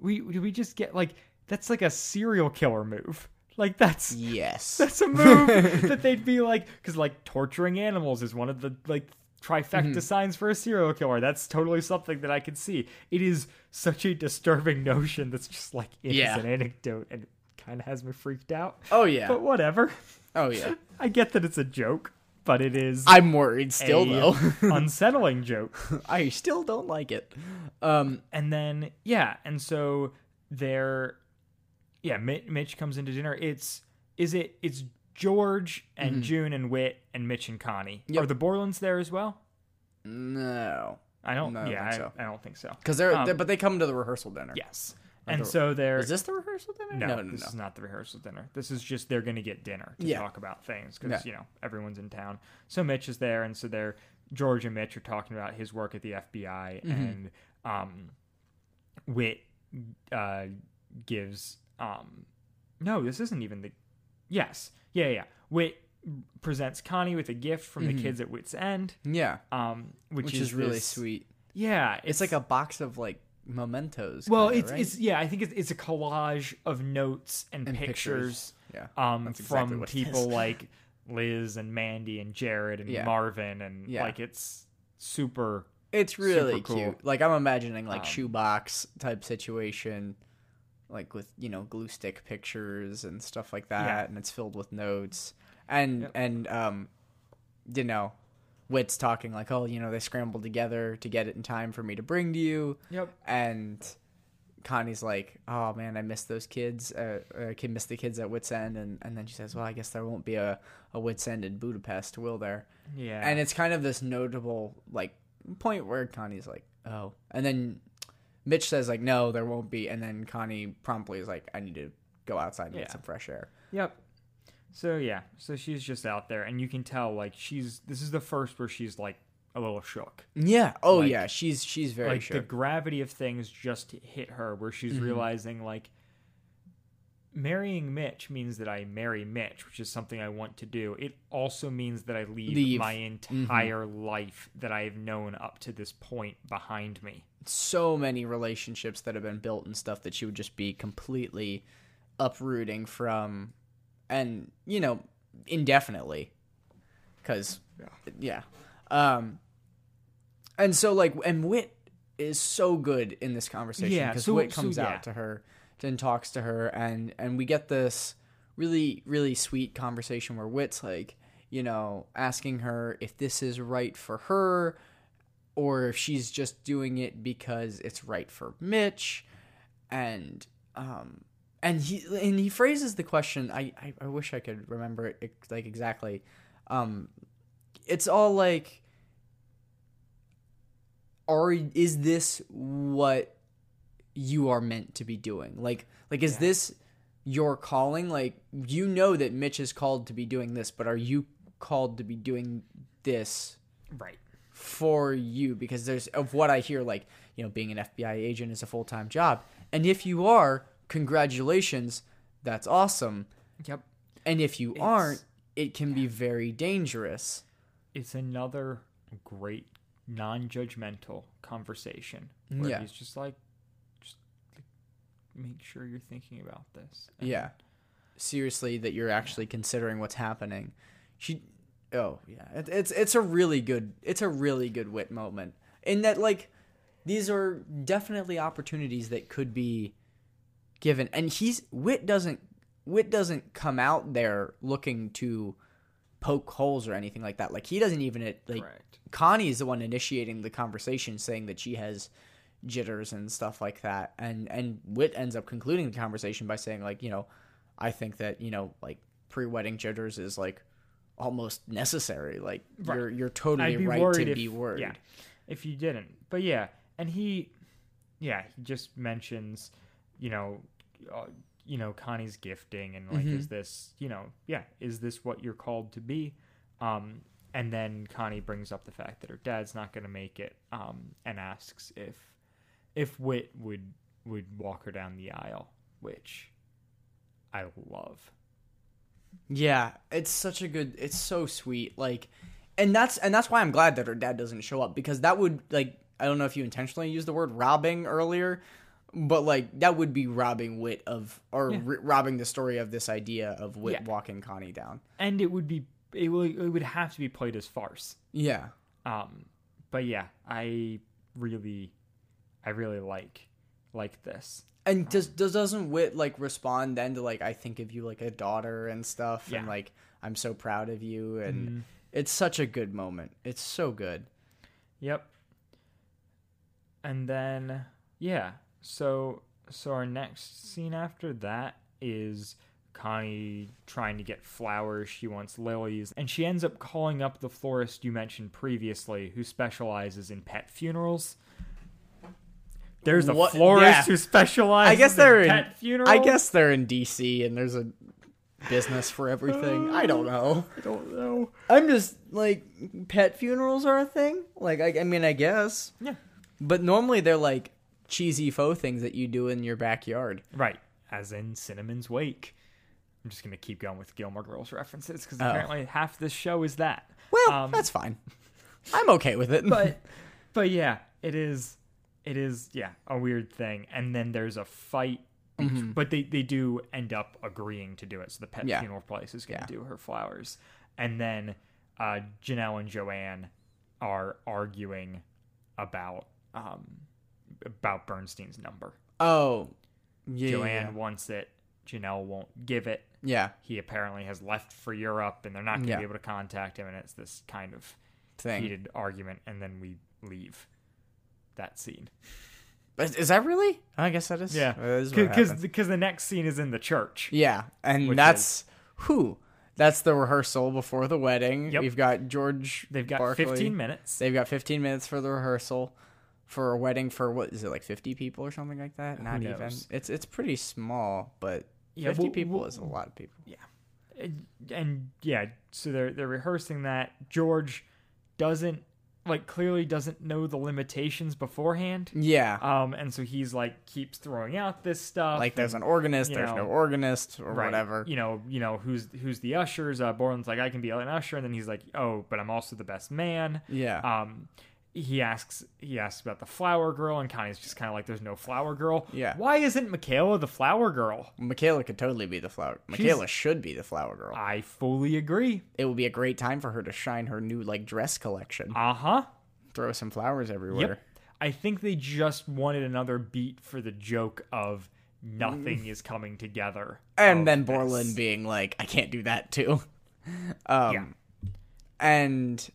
S1: we do we just get like that's like a serial killer move. Like that's
S2: yes,
S1: that's a move that they'd be like because like torturing animals is one of the like trifecta
S2: Mm-hmm.
S1: signs for a serial killer that's totally something that i can see it is such a disturbing notion that's just like it is
S2: Yeah.
S1: an anecdote and kind of has me freaked out
S2: Oh, yeah.
S1: but whatever
S2: oh yeah.
S1: i get that it's a joke but it is
S2: I'm worried still
S1: a
S2: though.
S1: unsettling joke
S2: I still don't like it. Um,
S1: and then yeah and so they're yeah Mi- mitch comes into dinner it's is it it's george and june and wit and mitch and connie
S2: Yep.
S1: are the borlands there as well
S2: no,
S1: i don't
S2: No, I don't
S1: yeah I,
S2: think so.
S1: I don't think so
S2: because they're,
S1: Um,
S2: they're- but they come to the rehearsal dinner.
S1: yes and so they're
S2: Is this the rehearsal dinner?
S1: no,
S2: no, no.
S1: this is not the rehearsal dinner. This is just they're going to get dinner to
S2: Yeah.
S1: talk about things because
S2: Yeah.
S1: you know everyone's in town. So Mitch is there, and so they're George and Mitch are talking about his work at the FBI,
S2: Mm-hmm.
S1: and um, Wit uh, gives um, no, this isn't even the yes, yeah, yeah. yeah. Wit presents Connie with a gift from the kids at Wit's End,
S2: Yeah,
S1: um, which,
S2: Mm-hmm. which is really
S1: this-
S2: sweet.
S1: Yeah,
S2: It's like a box of like mementos.
S1: well,
S2: kinda,
S1: it's
S2: right?
S1: it's yeah. I think it's, it's a collage of notes and,
S2: And
S1: pictures,
S2: pictures. Yeah,
S1: um,
S2: that's exactly
S1: from
S2: what it
S1: people
S2: is.
S1: like Liz and Mandy and Jared and
S2: Yeah.
S1: Marvin and
S2: Yeah.
S1: like it's super.
S2: it's really
S1: super cool. Um,
S2: cute. Like I'm imagining like shoebox type situation, like with you know glue stick pictures and stuff like that,
S1: Yeah.
S2: and it's filled with notes and and um, you know, Wit's talking like, oh, you know, they scrambled together to get it in time for me to bring to you.
S1: Yep.
S2: And Connie's like, oh man, I miss those kids. Uh, uh, kid missed the kids at Wits End, and and then she says, well, I guess there won't be a a Wits End in Budapest, will there?
S1: Yeah.
S2: and it's kind of this notable like point where Connie's like, "Oh," and then Mitch says like, "No, there won't be," and then Connie promptly is like, "I need to go outside and
S1: Yeah.
S2: get some fresh air."
S1: Yep. So yeah, so she's just out there, and you can tell like she's this is the first where she's like a little shook.
S2: Yeah. Oh yeah, she's she's very
S1: like the
S2: sure.
S1: gravity of things just hit her where she's
S2: Mm-hmm.
S1: realizing like marrying Mitch means that I marry Mitch, which is something I want to do. It also means that I leave,
S2: Leave. Mm-hmm.
S1: my entire life that I have known up to this point behind me.
S2: so many relationships that have been built and stuff that she would just be completely uprooting from, and you know, indefinitely, because yeah. um, and so like, and Wit is so good in this conversation
S1: Yeah,
S2: because
S1: so-
S2: Wit
S1: so,
S2: comes
S1: yeah.
S2: out to her and talks to her, and and we get this really really sweet conversation where Wit's like, you know, asking her if this is right for her or if she's just doing it because it's right for Mitch. And um and he and he phrases the question I I, I wish I could remember it ex- like exactly. Um it's all like are is this what you are meant to be doing? Like like is this your calling? Like you know that Mitch is called to be doing this, but are you called to be doing this
S1: Right.
S2: for you because there's of what I hear like you know being an FBI agent is a full time job and if you are congratulations that's awesome
S1: Yep.
S2: and if you aren't it can be very dangerous
S1: It's another great non-judgmental conversation where
S2: Yeah.
S1: he's just like just like, make sure you're thinking about this. And
S2: yeah seriously that you're actually considering what's happening she oh yeah it, it's it's a really good it's a really good wit moment in that like these are definitely opportunities that could be given and he's wit doesn't wit doesn't come out there looking to poke holes or anything like that like he doesn't even it like
S1: Correct.
S2: connie is the one initiating the conversation saying that she has jitters and stuff like that and and wit ends up concluding the conversation by saying like you know i think that you know like pre-wedding jitters is like almost necessary like you're you're totally right to be worried
S1: Yeah, if you didn't. But yeah, and he, yeah, he just mentions, you know, uh, you know, Connie's gifting and like,
S2: Mm-hmm.
S1: is this, you know, yeah, is this what you're called to be? Um, and then Connie brings up the fact that her dad's not going to make it, um, and asks if, if Wit would would walk her down the aisle, which I love.
S2: Yeah, it's such a good. It's so sweet. Like, and that's and that's why I'm glad that her dad doesn't show up because that would like I don't know if you intentionally used the word robbing earlier, but like that would be robbing Wit of or r- robbing the story of this idea of Wit
S1: Yeah.
S2: walking Connie down.
S1: And it would be it would, it would have to be played as farce.
S2: Yeah,
S1: Um, but yeah, I really, I really like like this.
S2: and does does doesn't Wit like respond then to like I think of you like a daughter and stuff
S1: Yeah. Mm-hmm.
S2: and like I'm so proud of you and it's such a good moment. It's so good.
S1: Yep. And then yeah, so so our next scene after that is Connie trying to get flowers. She wants lilies, and she ends up calling up the florist you mentioned previously, who specializes in pet funerals. There's a
S2: What-
S1: florist
S2: yeah.
S1: who specializes
S2: I guess
S1: in
S2: they're in.
S1: pet funerals.
S2: I guess they're in DC, and there's a business for everything. I don't know.
S1: I don't know.
S2: Uh. I'm just like pet funerals are a thing. Like I, I mean, I guess.
S1: Yeah.
S2: But normally they're like cheesy faux things that you do in your backyard.
S1: Right, as in Cinnamon's Wake. I'm just gonna keep going with Gilmore Girls references because
S2: Oh.
S1: apparently half this show is that.
S2: Well,
S1: Um,
S2: that's fine. I'm okay with it.
S1: but but yeah, it is it is yeah a weird thing. And then there's a fight, but they they do end up agreeing to do it. So the pet
S2: Mm-hmm. Yeah.
S1: funeral place is going
S2: Yeah.
S1: to do her flowers, and then uh, Janelle and Joanne are arguing about um about Bernstein's number.
S2: oh, yeah,
S1: Joanne wants it. Janelle won't give it.
S2: yeah,
S1: He apparently has left for Europe, and they're not going to
S2: Yeah.
S1: be able to contact him. And it's this kind of
S2: thing.
S1: heated argument, and then we leave that scene.
S2: Is, is that really? I guess that is. that is what
S1: because
S2: happened.
S1: the next scene is in the church.
S2: yeah, and
S1: Which
S2: that's who. That's the rehearsal before the wedding.
S1: Yep.
S2: We've got George.
S1: They've got
S2: Barkley.
S1: 15 minutes.
S2: They've got 15 minutes for the rehearsal for a wedding for what is it like 50 people or something like that? Not even.
S1: knows?
S2: It's it's pretty small, but
S1: Yeah,
S2: 50
S1: we'll-
S2: people
S1: we'll-
S2: is a lot of people.
S1: and, and yeah, so they're they're rehearsing that. George doesn't like clearly doesn't know the limitations beforehand.
S2: Yeah.
S1: Um, and so he's like keeps throwing out this stuff.
S2: like
S1: and-
S2: there's an organist,
S1: you
S2: there's
S1: know,
S2: no organist or
S1: Right.
S2: whatever.
S1: You know, you know who's who's the ushers. Uh, Borland's like, I can be an usher, and then he's like, Oh, but I'm also the best man.
S2: Yeah.
S1: Um, he asks he asks about the flower girl, and Connie's just kind of like, There's no flower girl.
S2: Yeah.
S1: Why isn't Michaela the flower girl?
S2: Michaela could totally be the flower. Michaela should be the flower girl.
S1: I fully agree.
S2: it would be a great time for her to shine her new like dress collection.
S1: Uh huh.
S2: Throw some flowers everywhere.
S1: Yep. I think they just wanted another beat for the joke of
S2: Mm.
S1: nothing is coming together.
S2: And
S1: of
S2: then
S1: this.
S2: Borland being like, I can't do that too. Um
S1: Yeah.
S2: and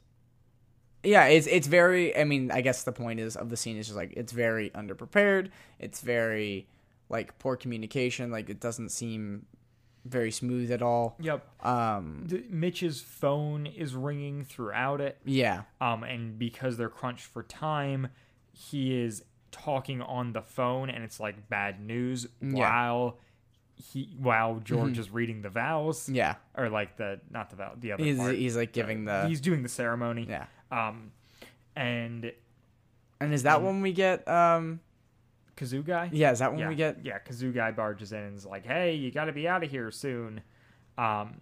S2: yeah, it's it's very I mean, I guess the point is of the scene is just like it's very underprepared. It's very like poor communication, like it doesn't seem very smooth at all.
S1: Yep.
S2: Um
S1: D- Mitch's phone is ringing throughout it.
S2: yeah.
S1: um, and because they're crunched for time, he is talking on the phone, and it's like bad news while he while George is reading the vows,
S2: Mm-hmm. Yeah.
S1: or like the not the vow, the other
S2: He's
S1: part.
S2: he's like giving the
S1: he's doing the ceremony,
S2: yeah.
S1: Um, and
S2: And is that
S1: Mm.
S2: when we get um
S1: Kazoo guy,
S2: yeah, is that when
S1: yeah,
S2: we get
S1: yeah, Kazoo guy barges in and is like, "Hey, you got to be out of here soon," um,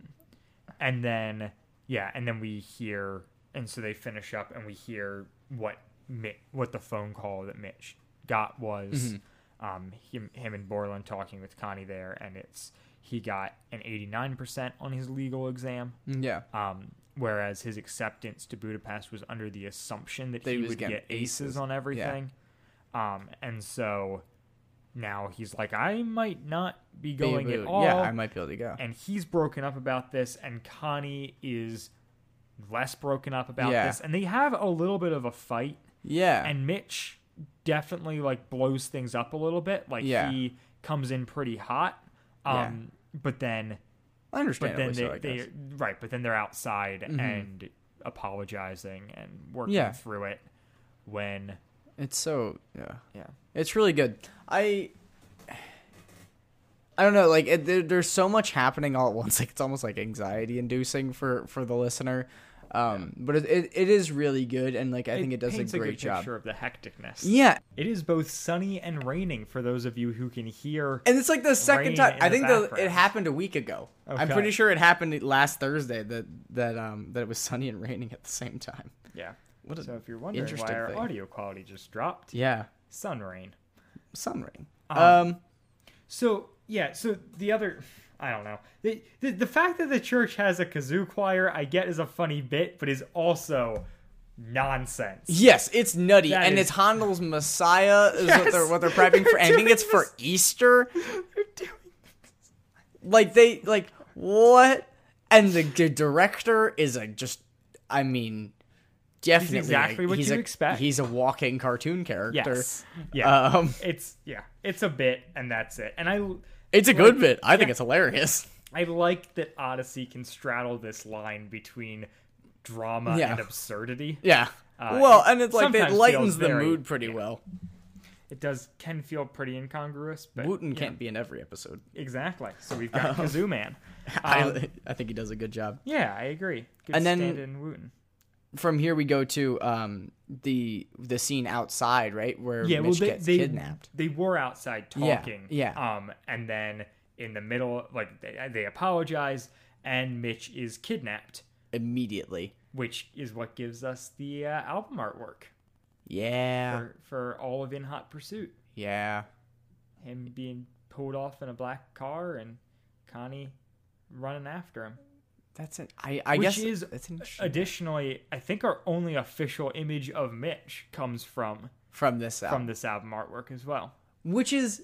S1: and then yeah, and then we hear, and so they finish up, and we hear what Mi- what the phone call that Mitch got was, um, him him and Borland talking with Connie there, and it's he got an eighty nine percent on his legal exam,
S2: yeah.
S1: um, whereas his acceptance to Budapest was under the assumption that,
S2: That
S1: he,
S2: he was
S1: would
S2: getting
S1: get aces,
S2: aces.
S1: on
S2: Yeah.
S1: everything. Um, and so now he's like, I might not be
S2: Be
S1: going at
S2: rude.
S1: all.
S2: Yeah, I might be able to go.
S1: And he's broken up about this, and Connie is less broken up about
S2: Yeah.
S1: this, and they have a little bit of a fight.
S2: yeah.
S1: And Mitch definitely like blows things up a little bit. Like
S2: Yeah.
S1: he comes in pretty hot. Um, but then
S2: I
S1: but then
S2: understand
S1: they,
S2: so, I guess.
S1: they right but then they're outside and apologizing and working
S2: Yeah.
S1: through it when
S2: It's so yeah.
S1: yeah
S2: It's really good. I I don't know, like it, there, there's so much happening all at once. Like it's almost like anxiety inducing for for the listener. Um, but it, it it is really good, and like I think it does a
S1: paints
S2: great
S1: good
S2: job.
S1: picture of the hecticness
S2: Yeah,
S1: it is both sunny and raining for those of you who can hear
S2: and it's like the second
S1: Rain
S2: time.
S1: in
S2: I
S1: the
S2: think the,
S1: background.
S2: it happened a week ago. I'm
S1: Okay.
S2: pretty sure it happened last Thursday that that um that it was sunny and raining at the same time.
S1: yeah
S2: What a
S1: so if you're wondering why
S2: interesting
S1: our
S2: thing.
S1: audio quality just dropped
S2: Yeah,
S1: sun rain
S2: sun rain.
S1: Um,
S2: um
S1: so yeah so the other I don't know. The, the, the fact that the church has a kazoo choir, I get is a funny bit, but is also nonsense.
S2: Yes, it's nutty,
S1: That
S2: and
S1: is-
S2: it's Handel's Messiah is what
S1: Yes,
S2: they're what they're prepping for.
S1: they're
S2: I think
S1: doing
S2: it's for
S1: this-
S2: Easter. Like they like what? And the, the director is a just, I mean, definitely
S1: exactly
S2: like,
S1: what
S2: he's
S1: you
S2: a,
S1: expect.
S2: He's a walking cartoon character.
S1: Yes. Uh, Yeah.
S2: Um,
S1: it's yeah, it's a bit, and that's it. And I
S2: it's a good bit. I think it's hilarious.
S1: I like that Odyssey can straddle this line between drama
S2: Yeah.
S1: and absurdity.
S2: Yeah.
S1: Uh,
S2: well,
S1: it
S2: and it's like it
S1: sometimes
S2: lightens
S1: feels
S2: the
S1: very-
S2: mood pretty well.
S1: It does can feel pretty incongruous, but
S2: Wooten
S1: you know,
S2: can't be in every episode.
S1: exactly. So we've got Kazoo Man. Um,
S2: I, I think he does a good job.
S1: Yeah, I agree. Good
S2: And then-
S1: stand-in Wooten.
S2: From here we go to um, the the scene outside, right, where
S1: Yeah, well,
S2: Mitch
S1: they,
S2: gets
S1: they,
S2: kidnapped.
S1: They were outside
S2: Yeah,
S1: talking.
S2: yeah.
S1: Um, and then in the middle, like they, they apologize, and Mitch is kidnapped,
S2: immediately.
S1: which is what gives us the uh, album artwork
S2: Yeah.
S1: for, for all of In Hot Pursuit.
S2: yeah.
S1: Him being pulled off in a black car and Connie running after him.
S2: That's an I, I
S1: Which
S2: guess
S1: is
S2: that's an interesting
S1: Additionally, I think our only official image of Mitch comes from
S2: from this album.
S1: from this album artwork as well.
S2: Which is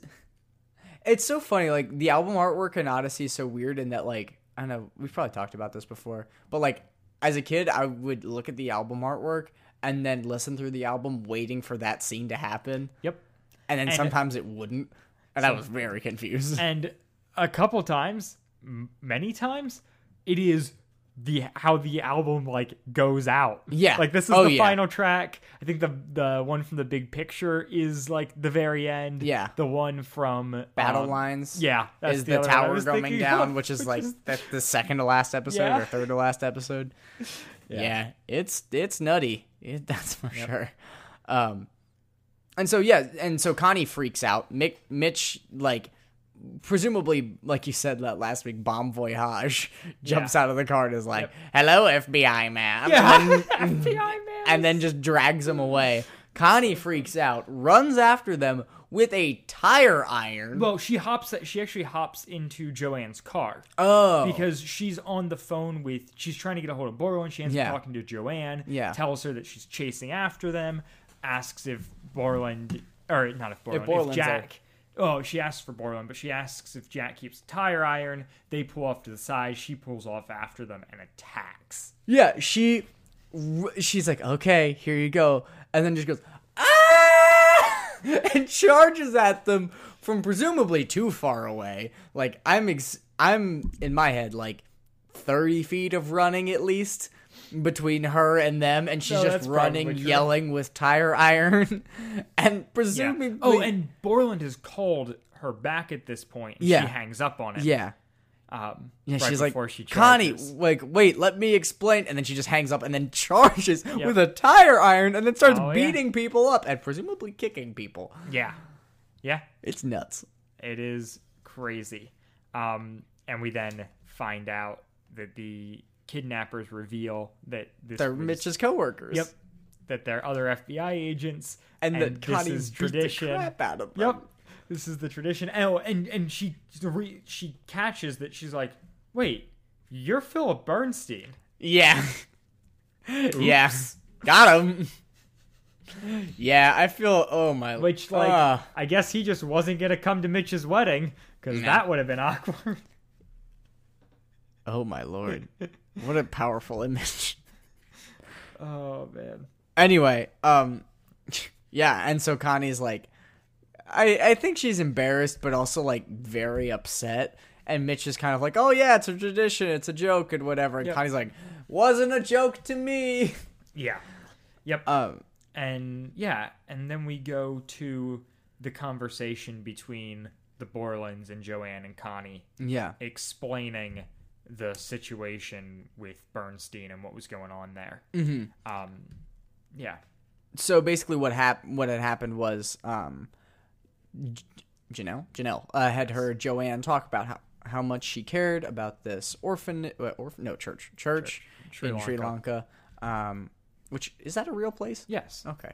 S2: it's so funny, like the album artwork in Odyssey is so weird in that like I don't know, we've probably talked about this before, but like as a kid I would look at the album artwork and then listen through the album waiting for that scene to happen.
S1: Yep.
S2: And then
S1: And-
S2: sometimes it wouldn't. And I was very confused.
S1: and a couple times m- many times it is the how the album like goes out
S2: Yeah.
S1: like this is
S2: Oh,
S1: the
S2: yeah.
S1: final track i think the the one from the big picture is like the very end
S2: Yeah.
S1: the one from
S2: Battle
S1: um,
S2: Lines.
S1: yeah that's
S2: is
S1: other
S2: the,
S1: one I
S2: tower
S1: was
S2: coming
S1: thinking
S2: down,
S1: of,
S2: which is like that's the second to last episode
S1: Yeah.
S2: or third to last episode. Yeah, it's it's nutty. It, that's for sure. Um, and so yeah, and so Connie freaks out. Mick, Mitch, like presumably, like you said la- last week, bomb voyage jumps out of the car and is like, "Hello, FBI man," and, then,
S1: FBI man
S2: and then just drags him away. Connie freaks out, runs after them with a tire iron.
S1: well she hops she actually hops into joanne's car
S2: oh,
S1: because she's on the phone with she's trying to get a hold of Borland. She ends
S2: Yeah.
S1: up talking to Joanne.
S2: Yeah.
S1: Tells her that she's chasing after them. Asks if Borland or not if Borland, if,
S2: Borland's
S1: Jack. Oh, she asks for Borland, but she asks if Jack keeps a tire iron. They pull off to the side. She pulls off after them and attacks.
S2: Yeah, she r- she's like, "Okay, here you go." And then just goes, "Ah!" and charges at them from presumably too far away. Like I'm ex- I'm in my head like 30 feet of running at least between her and them and she's
S1: No,
S2: just
S1: that's
S2: running
S1: probably true.
S2: yelling with tire iron and
S1: Yeah.
S2: presumably
S1: Oh, and Borland has called her back at this point. And
S2: Yeah.
S1: She hangs up on it.
S2: yeah
S1: Um,
S2: Yeah,
S1: right
S2: she's
S1: before
S2: like,
S1: she
S2: Connie,
S1: charges.
S2: like, wait, let me explain. And then she just hangs up and then charges with
S1: Yeah.
S2: a tire iron and then starts
S1: Oh, yeah.
S2: beating people up and presumably kicking people.
S1: Yeah. Yeah.
S2: It's nuts.
S1: It is crazy. Um, and we then find out that the kidnappers reveal that this
S2: They're
S1: was-
S2: Mitch's coworkers.
S1: Yep. That they're other FBI agents.
S2: And,
S1: this
S2: that Connie
S1: is
S2: beats
S1: tradition.
S2: the crap out of them.
S1: Yep. This is the tradition. Oh, and and she she catches that she's like, wait, you're Philip Bernstein.
S2: Yeah. yeah. Got him. yeah, I feel, oh my.
S1: Which, like,
S2: ah.
S1: I guess he just wasn't going to come to Mitch's wedding because that would have been awkward.
S2: oh my lord. what a powerful image.
S1: oh, man.
S2: anyway, um, yeah, and so Connie's like, I I think she's embarrassed, but also like very upset. And Mitch is kind of like, oh yeah, it's a tradition, it's a joke, and whatever. And
S1: Yep.
S2: Connie's like, wasn't a joke to me.
S1: Yeah. Yep.
S2: Um,
S1: and yeah, and then we go to the conversation between the Borlands and Joanne and Connie
S2: yeah,
S1: explaining the situation with Bernstein and what was going on there.
S2: Mm-hmm.
S1: Um, yeah,
S2: so basically what hap- what had happened was um J- Janelle Janelle uh, had heard Joanne talk about how how much she cared about this orphan uh, orphan no church church,
S1: Sri
S2: in Sri
S1: Lanka.
S2: Lanka um which is that a real place
S1: yes,
S2: okay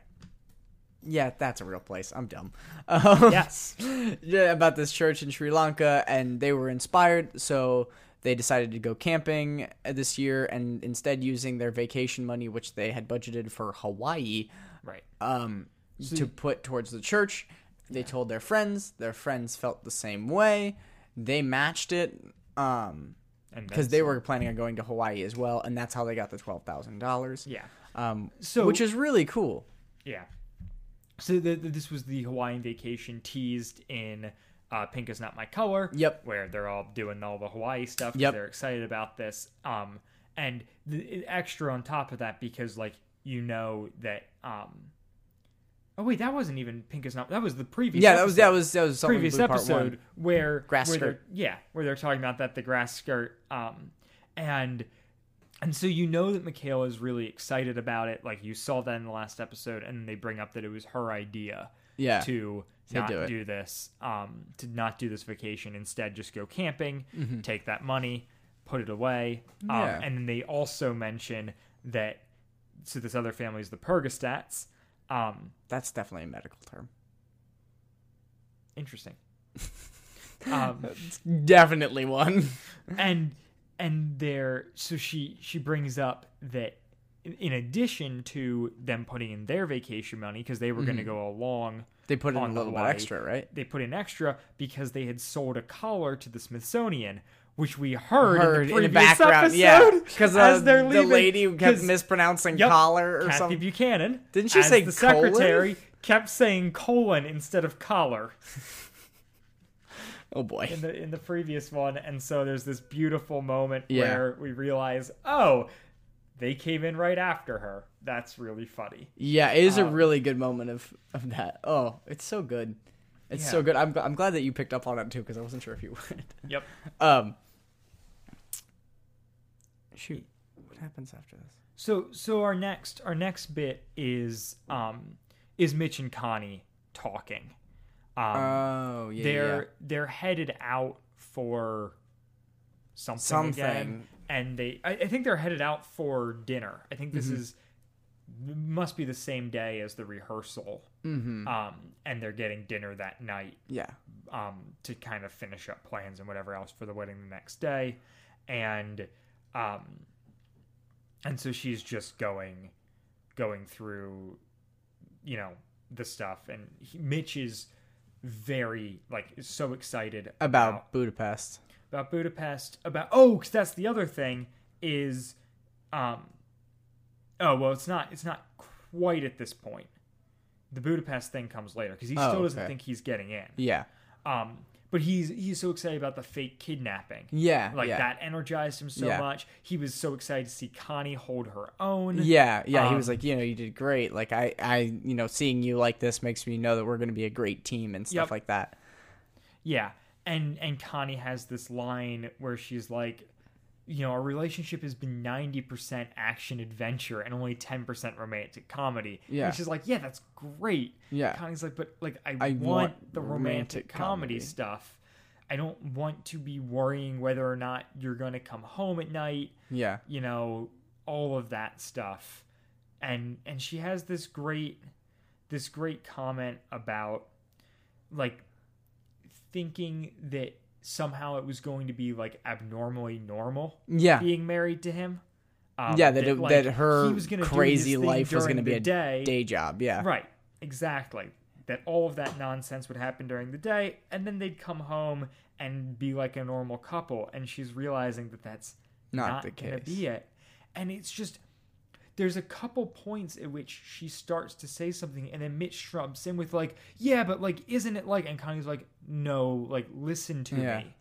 S2: yeah that's a real place I'm dumb um,
S1: yes,
S2: yeah, about this church in Sri Lanka, and they were inspired, so they decided to go camping uh, this year, and instead using their vacation money, which they had budgeted for Hawaii,
S1: right.
S2: um, to put towards the church. They told their friends. Their friends felt the same way. They matched it because
S1: And
S2: they were planning on going to Hawaii as well, and that's how they got the twelve thousand dollars.
S1: yeah,
S2: Um,
S1: So-
S2: which is really cool.
S1: yeah. So the, the, this was the Hawaiian vacation teased in uh, "Pink Is Not My Color."
S2: Yep.
S1: where they're all doing all the Hawaii stuff. 'cause
S2: Yep.
S1: they're excited about this. Um, and the, extra on top of that because like you know that um, Oh wait, that wasn't even Pink is not. That was the previous.
S2: Yeah, that was that
S1: episode.
S2: was that was something
S1: previous
S2: Blue part one.
S1: episode where
S2: Grass
S1: where
S2: skirt.
S1: they're- yeah, where they're talking about that the grass skirt, um, and and so you know that Mikhail is really excited about it. Like you saw that in the last episode, and they bring up that it was her idea.
S2: Yeah.
S1: To not
S2: do
S1: do,
S2: it.
S1: this, um, to not do this vacation. Instead, just go camping, take that money, put it away, um,
S2: Mm-hmm. Yeah.
S1: and then they also mention that. So this other family is the Pergastats. Um,
S2: That's definitely a medical term.
S1: interesting. um,
S2: Definitely one.
S1: and and there, so she she brings up that in- in addition to them putting in their vacation money because they were going to go along,
S2: Mm-hmm. They put in
S1: on
S2: a
S1: the
S2: little bit
S1: Hawaii,
S2: extra, right?
S1: They put in extra because they had sold a collar to the Smithsonian. Which we heard, in the
S2: Heard in the
S1: previous
S2: background,
S1: episode,
S2: yeah, because
S1: as they're
S2: the
S1: leaving,
S2: lady who kept
S1: 'cause-
S2: mispronouncing
S1: Yep.
S2: collar or
S1: Kathy
S2: something.
S1: Buchanan.
S2: Didn't she
S1: as
S2: say
S1: the
S2: colon?
S1: secretary kept saying colon instead of collar?
S2: Oh boy,
S1: in the in the previous one and so there's this beautiful moment
S2: Yeah.
S1: where we realize oh they came in right after her that's really funny
S2: yeah, it is a really good moment of of that. Oh, it's so good. It's so
S1: Yeah.
S2: good. I'm gl- I'm glad that you picked up on it too because I wasn't sure if you would.
S1: yep
S2: Um, shoot, what happens after this?
S1: so so our next our next bit is um is mitch and connie talking um
S2: Oh yeah,
S1: they're they're headed out for something, again,
S2: Something.
S1: and they I, I think they're headed out for dinner i think
S2: Mm-hmm.
S1: this is must be the same day as the rehearsal
S2: Mm-hmm.
S1: um and they're getting dinner that night
S2: yeah,
S1: um, to kind of finish up plans and whatever else for the wedding the next day, and um, and so she's just going going through, you know, the stuff, and he, Mitch is very like is so excited
S2: about Budapest.
S1: about Budapest, about oh, 'cause that's the other thing is, um, oh well, it's not it's not quite at this point. The Budapest thing comes later because he
S2: Oh,
S1: still doesn't
S2: okay.
S1: think he's getting in.
S2: Yeah,
S1: Um, but he's he's so excited about the fake kidnapping.
S2: Yeah,
S1: like
S2: yeah.
S1: that energized him so
S2: Yeah.
S1: much. He was so excited to see Connie hold her own.
S2: yeah, yeah. he
S1: Um,
S2: was like, you know, you did great. Like I, I, you know, seeing you like this makes me know that we're going to be a great team and stuff
S1: Yep.
S2: like that.
S1: yeah. And and Connie has this line where she's like, you know, our relationship has been ninety percent action adventure and only ten percent romantic comedy.
S2: Yeah.
S1: which is like, yeah, that's great.
S2: Yeah.
S1: Connie's like, but like, I,
S2: I
S1: want,
S2: want
S1: the
S2: romantic
S1: romantic, comedy
S2: comedy.
S1: stuff. I don't want to be worrying whether or not you're gonna come home at night.
S2: Yeah,
S1: you know all of that stuff and and she has this great this great comment about like thinking that somehow it was going to be like abnormally normal
S2: yeah,
S1: being married to him um,
S2: yeah. That it,
S1: like,
S2: that her
S1: he was gonna do his
S2: crazy
S1: thing
S2: life was
S1: during
S2: going to be
S1: the
S2: a
S1: day
S2: day job. Yeah,
S1: Right. Exactly. That all of that nonsense would happen during the day, and then they'd come home and be like a normal couple. And she's realizing that that's
S2: Not
S1: not,
S2: the
S1: going
S2: case.
S1: to be it. And it's just there's a couple points at which she starts to say something, and then Mitch shrubs in with like, "Yeah, but like, isn't it like?" And Connie's like, "No, like, listen to
S2: Yeah.
S1: me."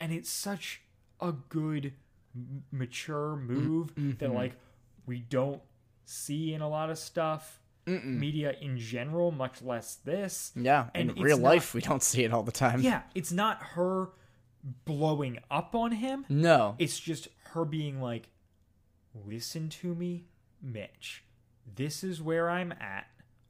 S1: And it's such a good, m- mature move that like we don't see in a lot of stuff media in general much less this
S2: Yeah, in
S1: it's
S2: real
S1: not-
S2: life we don't see it all the time.
S1: yeah it's not her blowing up on him
S2: No.
S1: it's just her being like listen to me mitch this is where i'm at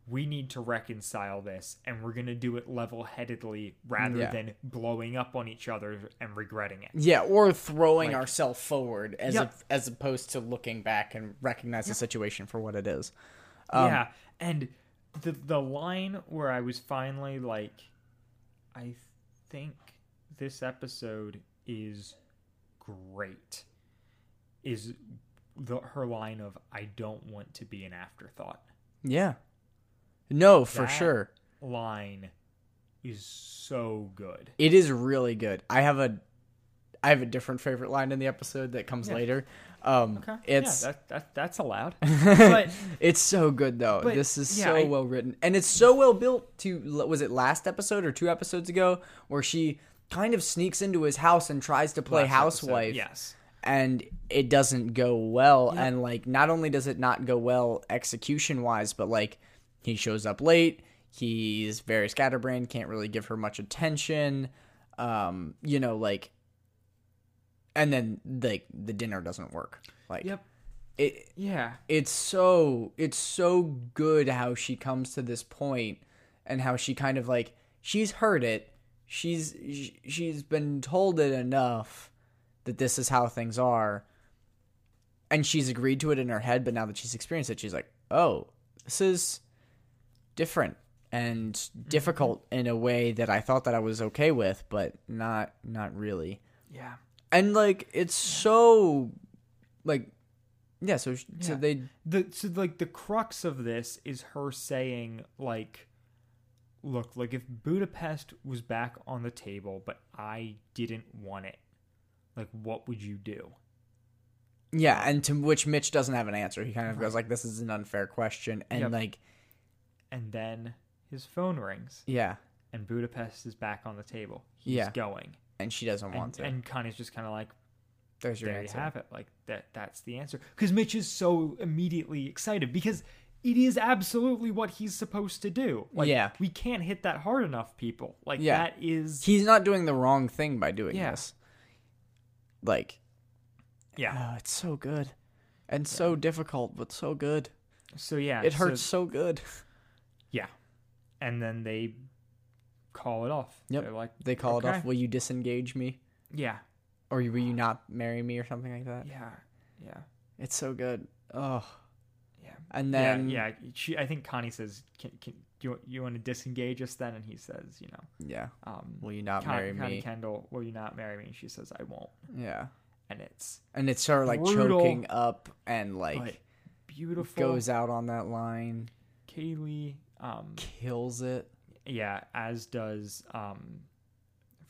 S1: we need to reconcile this and we're going to do it level-headedly rather
S2: Yeah.
S1: than blowing up on each other and regretting it
S2: Yeah, or throwing ourselves forward as
S1: Yep.
S2: a, as opposed to looking back and recognize the situation for what it is. Um,
S1: yeah, and the the line where I was finally like, I think this episode is great. Is the her line of I don't want to be an afterthought
S2: Yeah. No, for
S1: That-
S2: sure.
S1: line is so good.
S2: It is really good. I have a I have a different favorite line in the episode that comes later. Um it's
S1: that, that that's allowed. but
S2: it's so good though.
S1: But,
S2: this is
S1: yeah,
S2: so
S1: I-
S2: well written, and it's so well built. To was it last episode or two episodes ago where she kind of sneaks into his house and tries to play
S1: Last episode,
S2: housewife?
S1: yes.
S2: and it doesn't go well. And like, not only does it not go well execution wise, but like He shows up late. He's very scatterbrained, can't really give her much attention. Um, you know, like, and then like the dinner doesn't work. Like,
S6: Yep.
S2: It
S6: Yeah.
S2: it's so it's so good how she comes to this point and how she kind of like she's heard it she's sh- she's been told it enough that this is how things are and she's agreed to it in her head but now that she's experienced it she's like oh this is different and difficult in a way that I thought that I was okay with but not not really
S6: Yeah.
S2: and like it's so like yeah so, sh so
S6: Yeah.
S2: they
S1: the so like the crux of this is her saying like look like if budapest was back on the table but i didn't want it like what would you do
S2: Yeah, and to which Mitch doesn't have an answer. He kind of goes like, "This is an unfair question," and
S1: Yep.
S2: like,
S1: and then his phone rings
S2: yeah,
S1: and budapest is back on the table he's
S2: Yeah.
S1: going
S2: and she doesn't
S1: and,
S2: want to.
S1: and connie's just kind of like
S2: There's your
S1: there you
S2: answer.
S1: have it like that that's the answer because mitch is so immediately excited because it is absolutely what he's supposed to do like
S2: Yeah.
S1: we can't hit that hard enough people like
S2: Yeah.
S1: that is
S2: He's not doing the wrong thing by doing
S1: Yeah.
S2: this. Like,
S1: yeah
S2: oh, it's so good, and so difficult, but so good.
S1: so yeah
S2: It
S1: so-
S2: hurts so, good.
S1: Yeah. And then they call it off.
S2: Yep.
S1: They're like
S2: They call it off.
S1: okay.
S2: Will you disengage me,
S1: Yeah.
S2: or will you not marry me, or something like that?
S1: Yeah. Yeah.
S2: It's so good. Oh,
S1: Yeah.
S2: and then
S1: yeah, yeah. She, I think Connie says, "Can, can do you, you want to disengage us then?" And he says, "You know,
S2: yeah.
S1: um,
S2: Will you not
S1: Con-
S2: marry
S1: Connie
S2: me?
S1: Kendall, will you not marry me?" And she says, "I won't."
S2: Yeah,
S1: And it's
S2: and it's her like
S1: Brutal.
S2: choking up and like.
S1: like beautiful.
S2: goes out on that line,
S1: Kaylee. Um,
S2: kills it.
S1: yeah. As does um,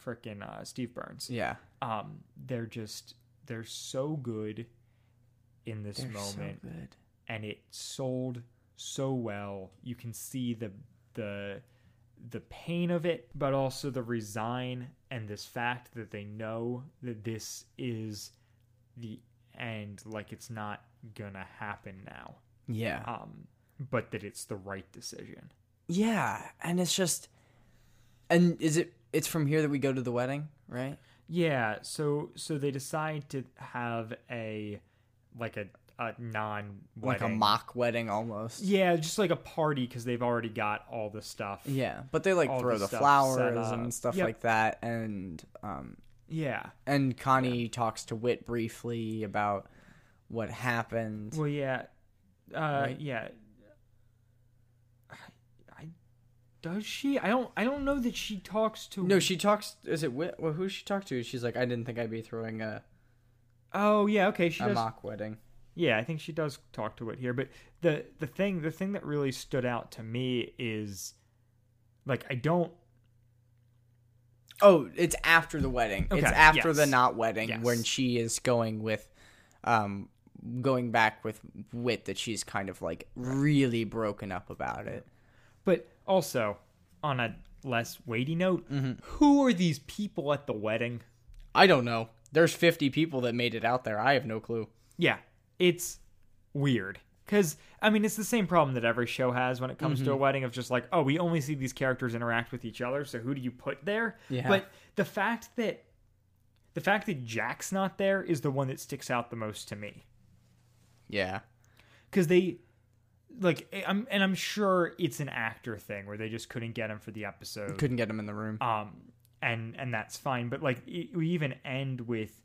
S1: frickin' uh, Steve Burns.
S2: Yeah.
S1: Um, they're just they're so good in this moment.
S2: good.
S1: and it sold so well. You can see the the the pain of it, but also the resign and this fact that they know that this is the end, like it's not gonna happen now.
S2: Yeah.
S1: Um, but that it's the right decision.
S2: yeah. And it's just and is it it's from here that we go to the wedding, right?
S1: Yeah, so so they decide to have a like a, a non
S2: Like a mock wedding almost.
S1: Yeah, just like a party because they've already got all the stuff.
S2: Yeah. But they like
S1: All
S2: throw
S1: the
S2: the
S1: stuff set
S2: flowers
S1: up.
S2: and stuff
S1: Yep.
S2: like that and um
S1: yeah.
S2: and Connie talks to Wit briefly about what happened.
S1: Well, yeah, uh,
S2: Right?
S1: yeah. I, I does she? I don't. I don't know that she talks to.
S2: no, she talks. Is it Wit? Well, who she talked to? She's like, I didn't think I'd be throwing a,
S1: Oh yeah. Okay. She
S2: a
S1: does.
S2: mock wedding.
S1: Yeah, I think she does talk to it here. But the the thing the thing that really stood out to me is, like, I don't.
S2: Oh, it's after the wedding.
S1: Okay,
S2: It's after
S1: yes.
S2: the not wedding
S1: Yes.
S2: when she is going with, um, going back with Wit that she's kind of like really broken up about it.
S1: But also, on a less weighty note,
S2: Mm-hmm.
S1: who are these people at the wedding?
S2: I don't know. There's 50 people that made it out there. I have no clue.
S1: Yeah, it's weird. Because, I mean, it's the same problem that every show has when it comes to a wedding of just like, oh, we only see these characters interact with each other, so who do you put there?
S2: Yeah.
S1: But the fact that. The fact that Jack's not there is the one that sticks out the most to me.
S2: Yeah.
S1: Because they. Like, eh, I'm, and I'm sure it's an actor thing where they just couldn't get him for the episode
S2: Couldn't get him in the room.
S1: um and and that's fine but like it, we even end with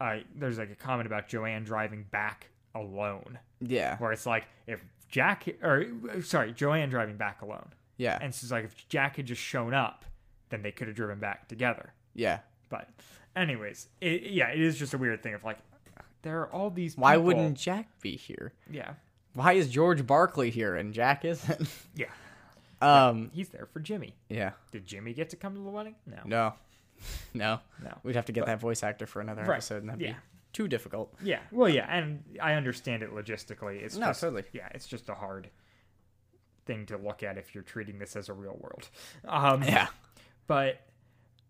S1: uh there's like a comment about joanne driving back alone
S2: yeah.
S1: where it's like if jack or uh, sorry joanne driving back alone
S2: Yeah.
S1: and so it's like if jack had just shown up then they could have driven back together
S2: yeah.
S1: but anyways it, yeah it is just a weird thing of like there are all these
S2: Why
S1: people-
S2: wouldn't Jack be here?
S1: yeah
S2: Why is George Barkley here and Jack isn't?
S1: yeah
S2: um.
S1: he's there for jimmy
S2: Yeah.
S1: did jimmy get to come to the wedding no
S2: No. no.
S1: No.
S2: We'd have to get that voice actor for another
S1: Right.
S2: episode, and that'd
S1: Yeah.
S2: be too difficult.
S1: Yeah. Well, yeah, and I understand it logistically. It's
S2: No,
S1: just,
S2: totally.
S1: Yeah, it's just a hard thing to look at if you're treating this as a real world. Um,
S2: Yeah.
S1: But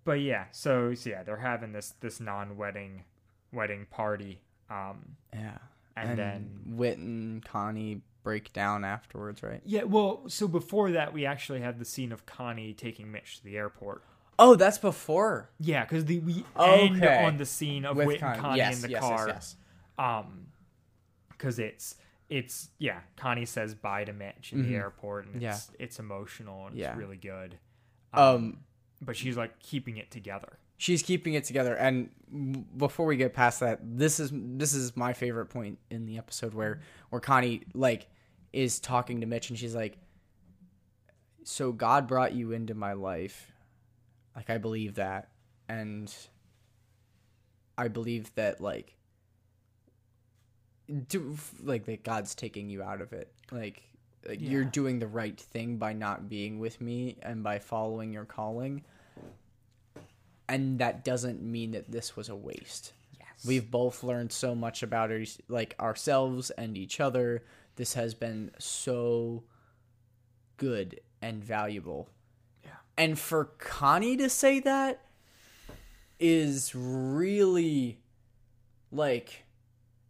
S1: but yeah, so, so yeah, they're having this this non-wedding wedding party. Um,
S2: Yeah.
S1: And then-
S2: Whit and Connie break down afterwards, right?
S1: Yeah, well, so before that, we actually have the scene of Connie taking Mitch to the airport.
S2: Oh, that's before.
S1: Yeah, because we end
S2: Okay.
S1: on the scene of
S2: With
S1: Whit
S2: Connie.
S1: and Connie
S2: Yes,
S1: in the
S2: yes, yes,
S1: car.
S2: yes.
S1: Um, because it's it's yeah, Connie says bye to Mitch in the airport, and it's it's emotional and
S2: Mm-hmm. Yeah.
S1: it's really good.
S2: Um,
S1: But she's like keeping it together.
S2: she's keeping it together and w- before we get past that this is this is my favorite point in the episode where where connie like is talking to mitch and she's like so god brought you into my life like i believe that and i believe that like do f- like that god's taking you out of it like like you're doing the right thing by not being with me and by following your calling and that doesn't mean that this was a waste. Yes. We've both learned so much about our, like ourselves and each other. This has been so good and valuable. Yeah. And for Connie to say that is really like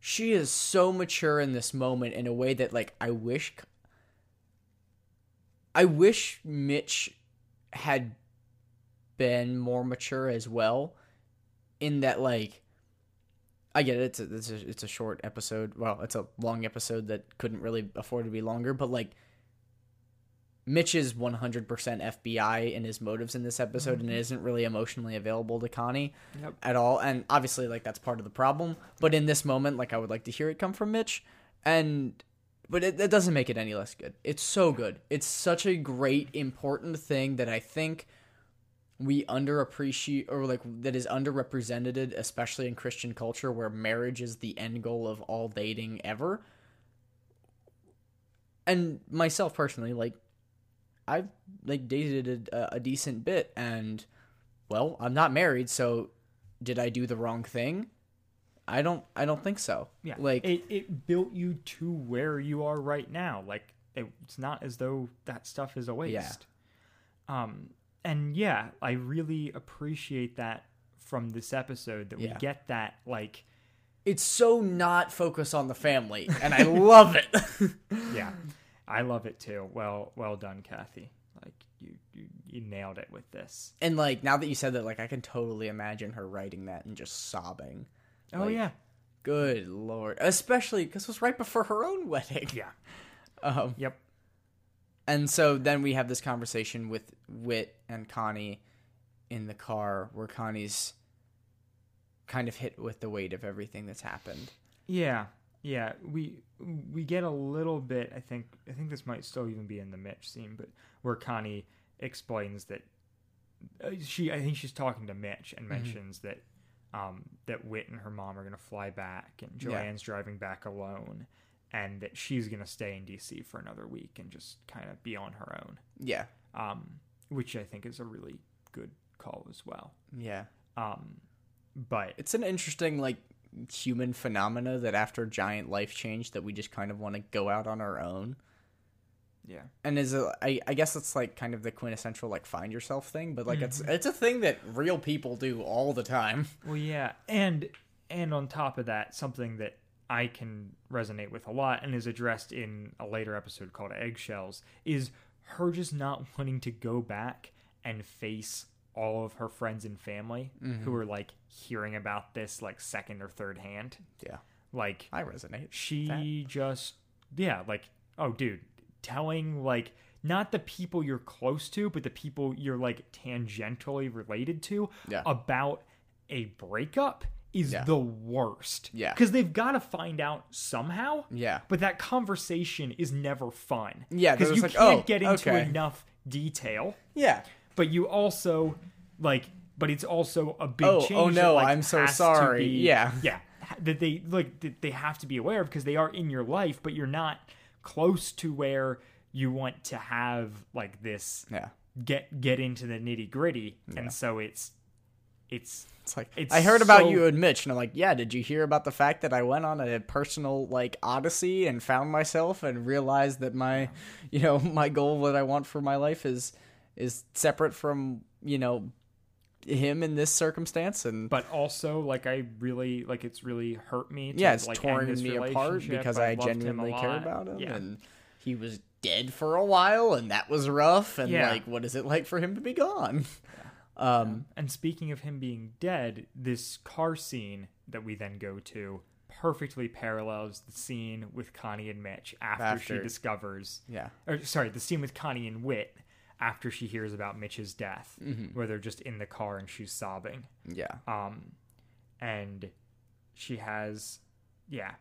S2: she is so mature in this moment in a way that like I wish I wish Mitch had been more mature as well in that like I get it it's a, it's a, it's a short episode well it's a long episode that couldn't really afford to be longer but like Mitch is 100% FBI in his motives in this episode and isn't really emotionally available to Connie at all and obviously like that's part of the problem but in this moment like I would like to hear it come from Mitch and but it, that doesn't make it any less good it's so good it's such a great important thing that I think we underappreciate or like that is underrepresented especially in christian culture where marriage is the end goal of all dating ever and myself personally like i've like dated a, a decent bit and well i'm not married so did i do the wrong thing i don't i don't think so
S1: Yeah,
S2: like
S1: it it built you to where you are right now. Like it, it's not as though that stuff is a waste. Um, and yeah, I really appreciate that from this episode that we
S2: Yeah.
S1: get that like
S2: it's so not focused on the family and i love it
S1: yeah i love it too well well done kathy like you you, you nailed it with this
S2: and like now that you said that like i can totally imagine her writing that and just sobbing
S1: oh yeah
S2: Good lord. Especially because it was right before her own wedding.
S1: yeah
S2: Um,
S1: yep
S2: and so then we have this conversation with Wit and Connie in the car where Connie's kind of hit with the weight of everything that's happened.
S1: yeah yeah we we get a little bit i think i think this might still even be in the mitch scene but where connie explains that uh, she i think she's talking to mitch and mentions that um, that Wit and her mom are going to fly back, and Joanne's driving back alone, and that she's going to stay in DC for another week and just kind of be on her own.
S2: Yeah.
S1: um, which I think is a really good call as well.
S2: Yeah.
S1: Um, but
S2: It's an interesting, like, human phenomena that after a giant life change that we just kind of want to go out on our own.
S1: yeah,
S2: And is a, I, I guess it's like kind of the quintessential like find yourself thing, but like it's it's a thing that real people do all the time.
S1: well, yeah, and and on top of that, something that I can resonate with a lot and is addressed in a later episode called Eggshells is her just not wanting to go back and face all of her friends and family who are like hearing about this like second or third hand.
S2: Yeah.
S1: Like
S2: I resonate.
S1: she just yeah like oh dude telling like not the people you're close to but the people you're like tangentially related to
S2: Yeah.
S1: about a breakup is
S2: Yeah.
S1: the worst
S2: Yeah.
S1: because they've got to find out somehow
S2: Yeah.
S1: but that conversation is never fun
S2: Yeah, they're
S1: because you
S2: just like,
S1: can't
S2: "Oh,
S1: get into
S2: okay."
S1: enough detail
S2: Yeah.
S1: but you also like but it's also a big
S2: Oh,
S1: change
S2: oh
S1: that,
S2: no,
S1: like,
S2: I'm so
S1: has to
S2: sorry.
S1: be-
S2: Yeah.
S1: yeah that they like that they have to be aware of because they are in your life but you're not close to where you want to have like this
S2: Yeah.
S1: get get into the nitty gritty and so it's it's
S2: It's like
S1: It's
S2: I heard about
S1: so-
S2: you and Mitch, and I'm like, yeah. Did you hear about the fact that I went on a personal like odyssey and found myself and realized that my, you know, my goal that I want for my life is is separate from you know him in this circumstance, and
S1: but also like I really like it's really hurt me. To,
S2: yeah, it's
S1: like, end
S2: torn
S1: this
S2: me apart
S1: relationship.
S2: because
S1: I
S2: I,
S1: loved him a
S2: genuinely care
S1: lot.
S2: about him,
S1: Yeah.
S2: and he was dead for a while, and that was rough. And
S1: Yeah.
S2: like, what is it like for him to be gone?
S1: And speaking of him being dead, this car scene that we then go to perfectly parallels the scene with Connie and Mitch after,
S2: After.
S1: she discovers.
S2: Yeah.
S1: Or, sorry, the scene with Connie and Wit after she hears about Mitch's death,
S2: Mm-hmm.
S1: where they're just in the car and she's sobbing.
S2: Yeah,
S1: Um, and she has, yeah,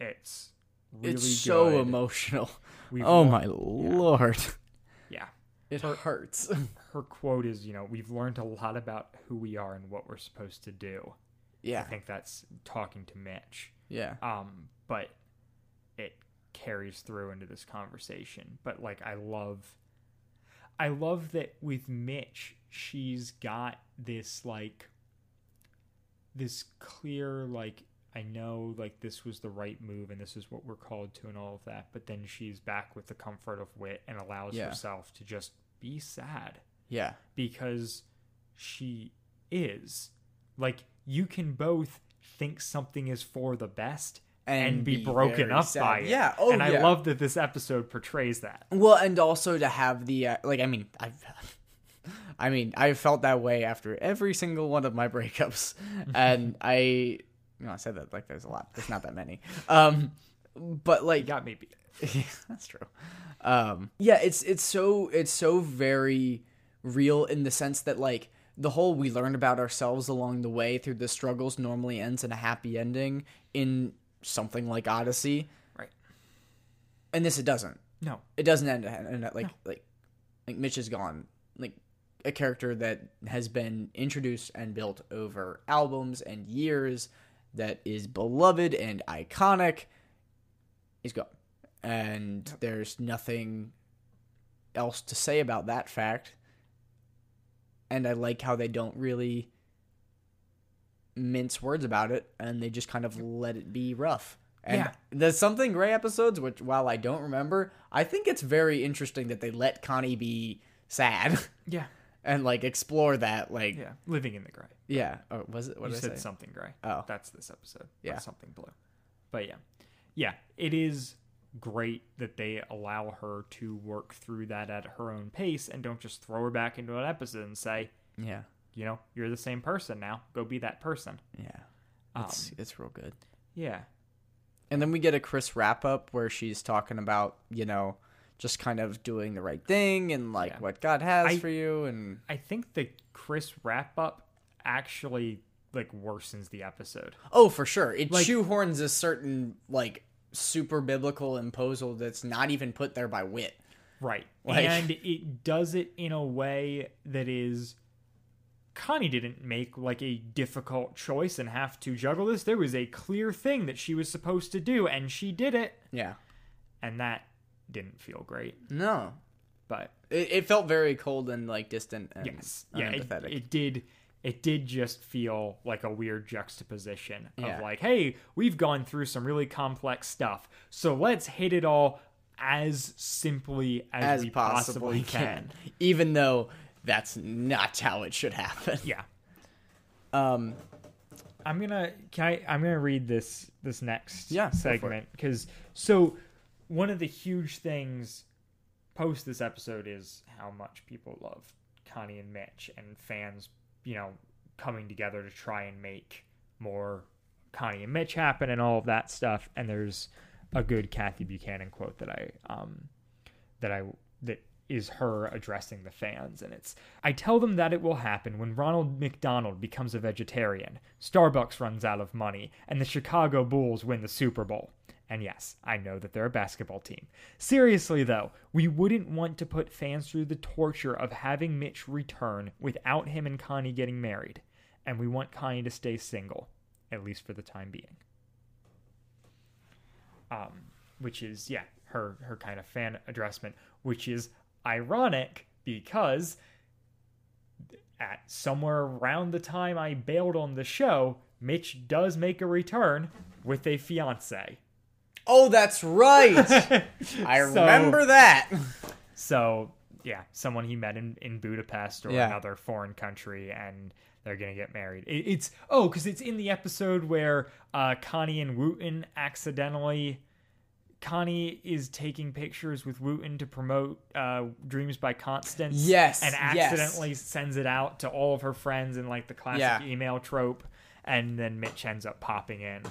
S1: it's really
S2: it's so
S1: good.
S2: emotional.
S1: We've
S2: oh
S1: learned-
S2: my lord,
S1: Yeah.
S2: it hurts.
S1: Her quote is, you know, we've learned a lot about who we are and what we're supposed to do. I
S2: yeah,
S1: think that's talking to Mitch.
S2: yeah,
S1: Um, but it carries through into this conversation. But like I love I love that with Mitch, she's got this like this clear like I know like this was the right move and this is what we're called to and all of that, but then she's back with the comfort of wit and allows
S2: Yeah.
S1: herself to just be sad
S2: yeah,
S1: because she is. Like, you can both think something is for the best and,
S2: And
S1: be,
S2: be
S1: broken
S2: very
S1: up
S2: sad.
S1: by it.
S2: Yeah, oh,
S1: and I
S2: yeah.
S1: love that this episode portrays that.
S2: Well, and also to have the uh, like, I mean, I've, I mean, I felt that way after every single one of my breakups, and I, you know, I said that like there's a lot, there's not that many, um, but like,
S1: Got me beat.
S2: yeah, that's true. Um, yeah, it's it's so it's so very real in the sense that like the whole we learn about ourselves along the way through the struggles normally ends in a happy ending in something like Odyssey,
S1: Right.
S2: and this it doesn't
S1: No.
S2: it doesn't end, end like like like Mitch is gone. Like a character that has been introduced and built over albums and years that is beloved and iconic is gone. And there's nothing else to say about that fact. And I like how they don't really mince words about it and they just kind of let it be rough. And
S1: Yeah.
S2: the Something Gray episodes, which while I don't remember, I think it's very interesting that they let Connie be sad
S1: Yeah.
S2: and like explore that. Like, yeah.
S1: Yeah. Living in the gray.
S2: Or was it? What
S1: you
S2: did I
S1: said
S2: say?
S1: something gray.
S2: Oh.
S1: That's this episode.
S2: Yeah.
S1: Or something blue. But yeah. Yeah. It is great that they allow her to work through that at her own pace and don't just throw her back into an episode and say,
S2: Yeah.
S1: you know, you're the same person now. Go be that person.
S2: Yeah.
S1: Um,
S2: It's, it's real good.
S1: yeah.
S2: And then we get a Chris wrap up where she's talking about, you know, just kind of doing the right thing and like
S1: Yeah.
S2: what God has
S1: I-
S2: for you. And
S1: I think the Chris wrap up actually like worsens the episode.
S2: oh, for sure. It
S1: Like-
S2: shoehorns a certain like super biblical imposal that's not even put there by wit.
S1: Right.
S2: Like-
S1: and it does it in a way that is Connie didn't make like a difficult choice and have to juggle this. There was a clear thing that she was supposed to do and she did it
S2: Yeah.
S1: and that didn't feel great.
S2: No.
S1: But
S2: It, it felt very cold and like distant and
S1: yes. Yeah, it,
S2: unempathetic.
S1: it did it did just feel like a weird juxtaposition
S2: Yeah.
S1: of like, hey, we've gone through some really complex stuff, so let's hit it all as simply as,
S2: as
S1: we
S2: possibly can. Even though that's not how it should happen.
S1: Yeah.
S2: Um,
S1: I'm gonna can I I'm gonna read this this next
S2: Yeah, go for it.
S1: segment because so one of the huge things post this episode is how much people love Connie and Mitch and fans you know coming together to try and make more Connie and Mitch happen and all of that stuff and there's a good Kathy Buchanan quote that I um that I that is her addressing the fans and it's I tell them that it will happen when Ronald McDonald becomes a vegetarian, Starbucks runs out of money, and the Chicago Bulls win the Super Bowl. And yes, I know that they're a basketball team. Seriously though, we wouldn't want to put fans through the torture of having Mitch return without him and Connie getting married, and we want Connie to stay single, at least for the time being um, which is yeah her her kind of fan addressment, which is ironic because at somewhere around the time I bailed on the show, Mitch does make a return with a fiance.
S2: Oh, that's right. I
S1: So-
S2: remember that.
S1: So yeah, someone he met in, in Budapest or
S2: Yeah.
S1: another foreign country, and they're gonna get married. It, it's oh, because it's in the episode where uh, Connie and Wooten accidentally. Connie is taking pictures with Wooten to promote uh, Dreams by Constance.
S2: Yes,
S1: and
S2: yes.
S1: accidentally sends it out to all of her friends in like the classic
S2: Yeah.
S1: email trope, and then Mitch ends up popping in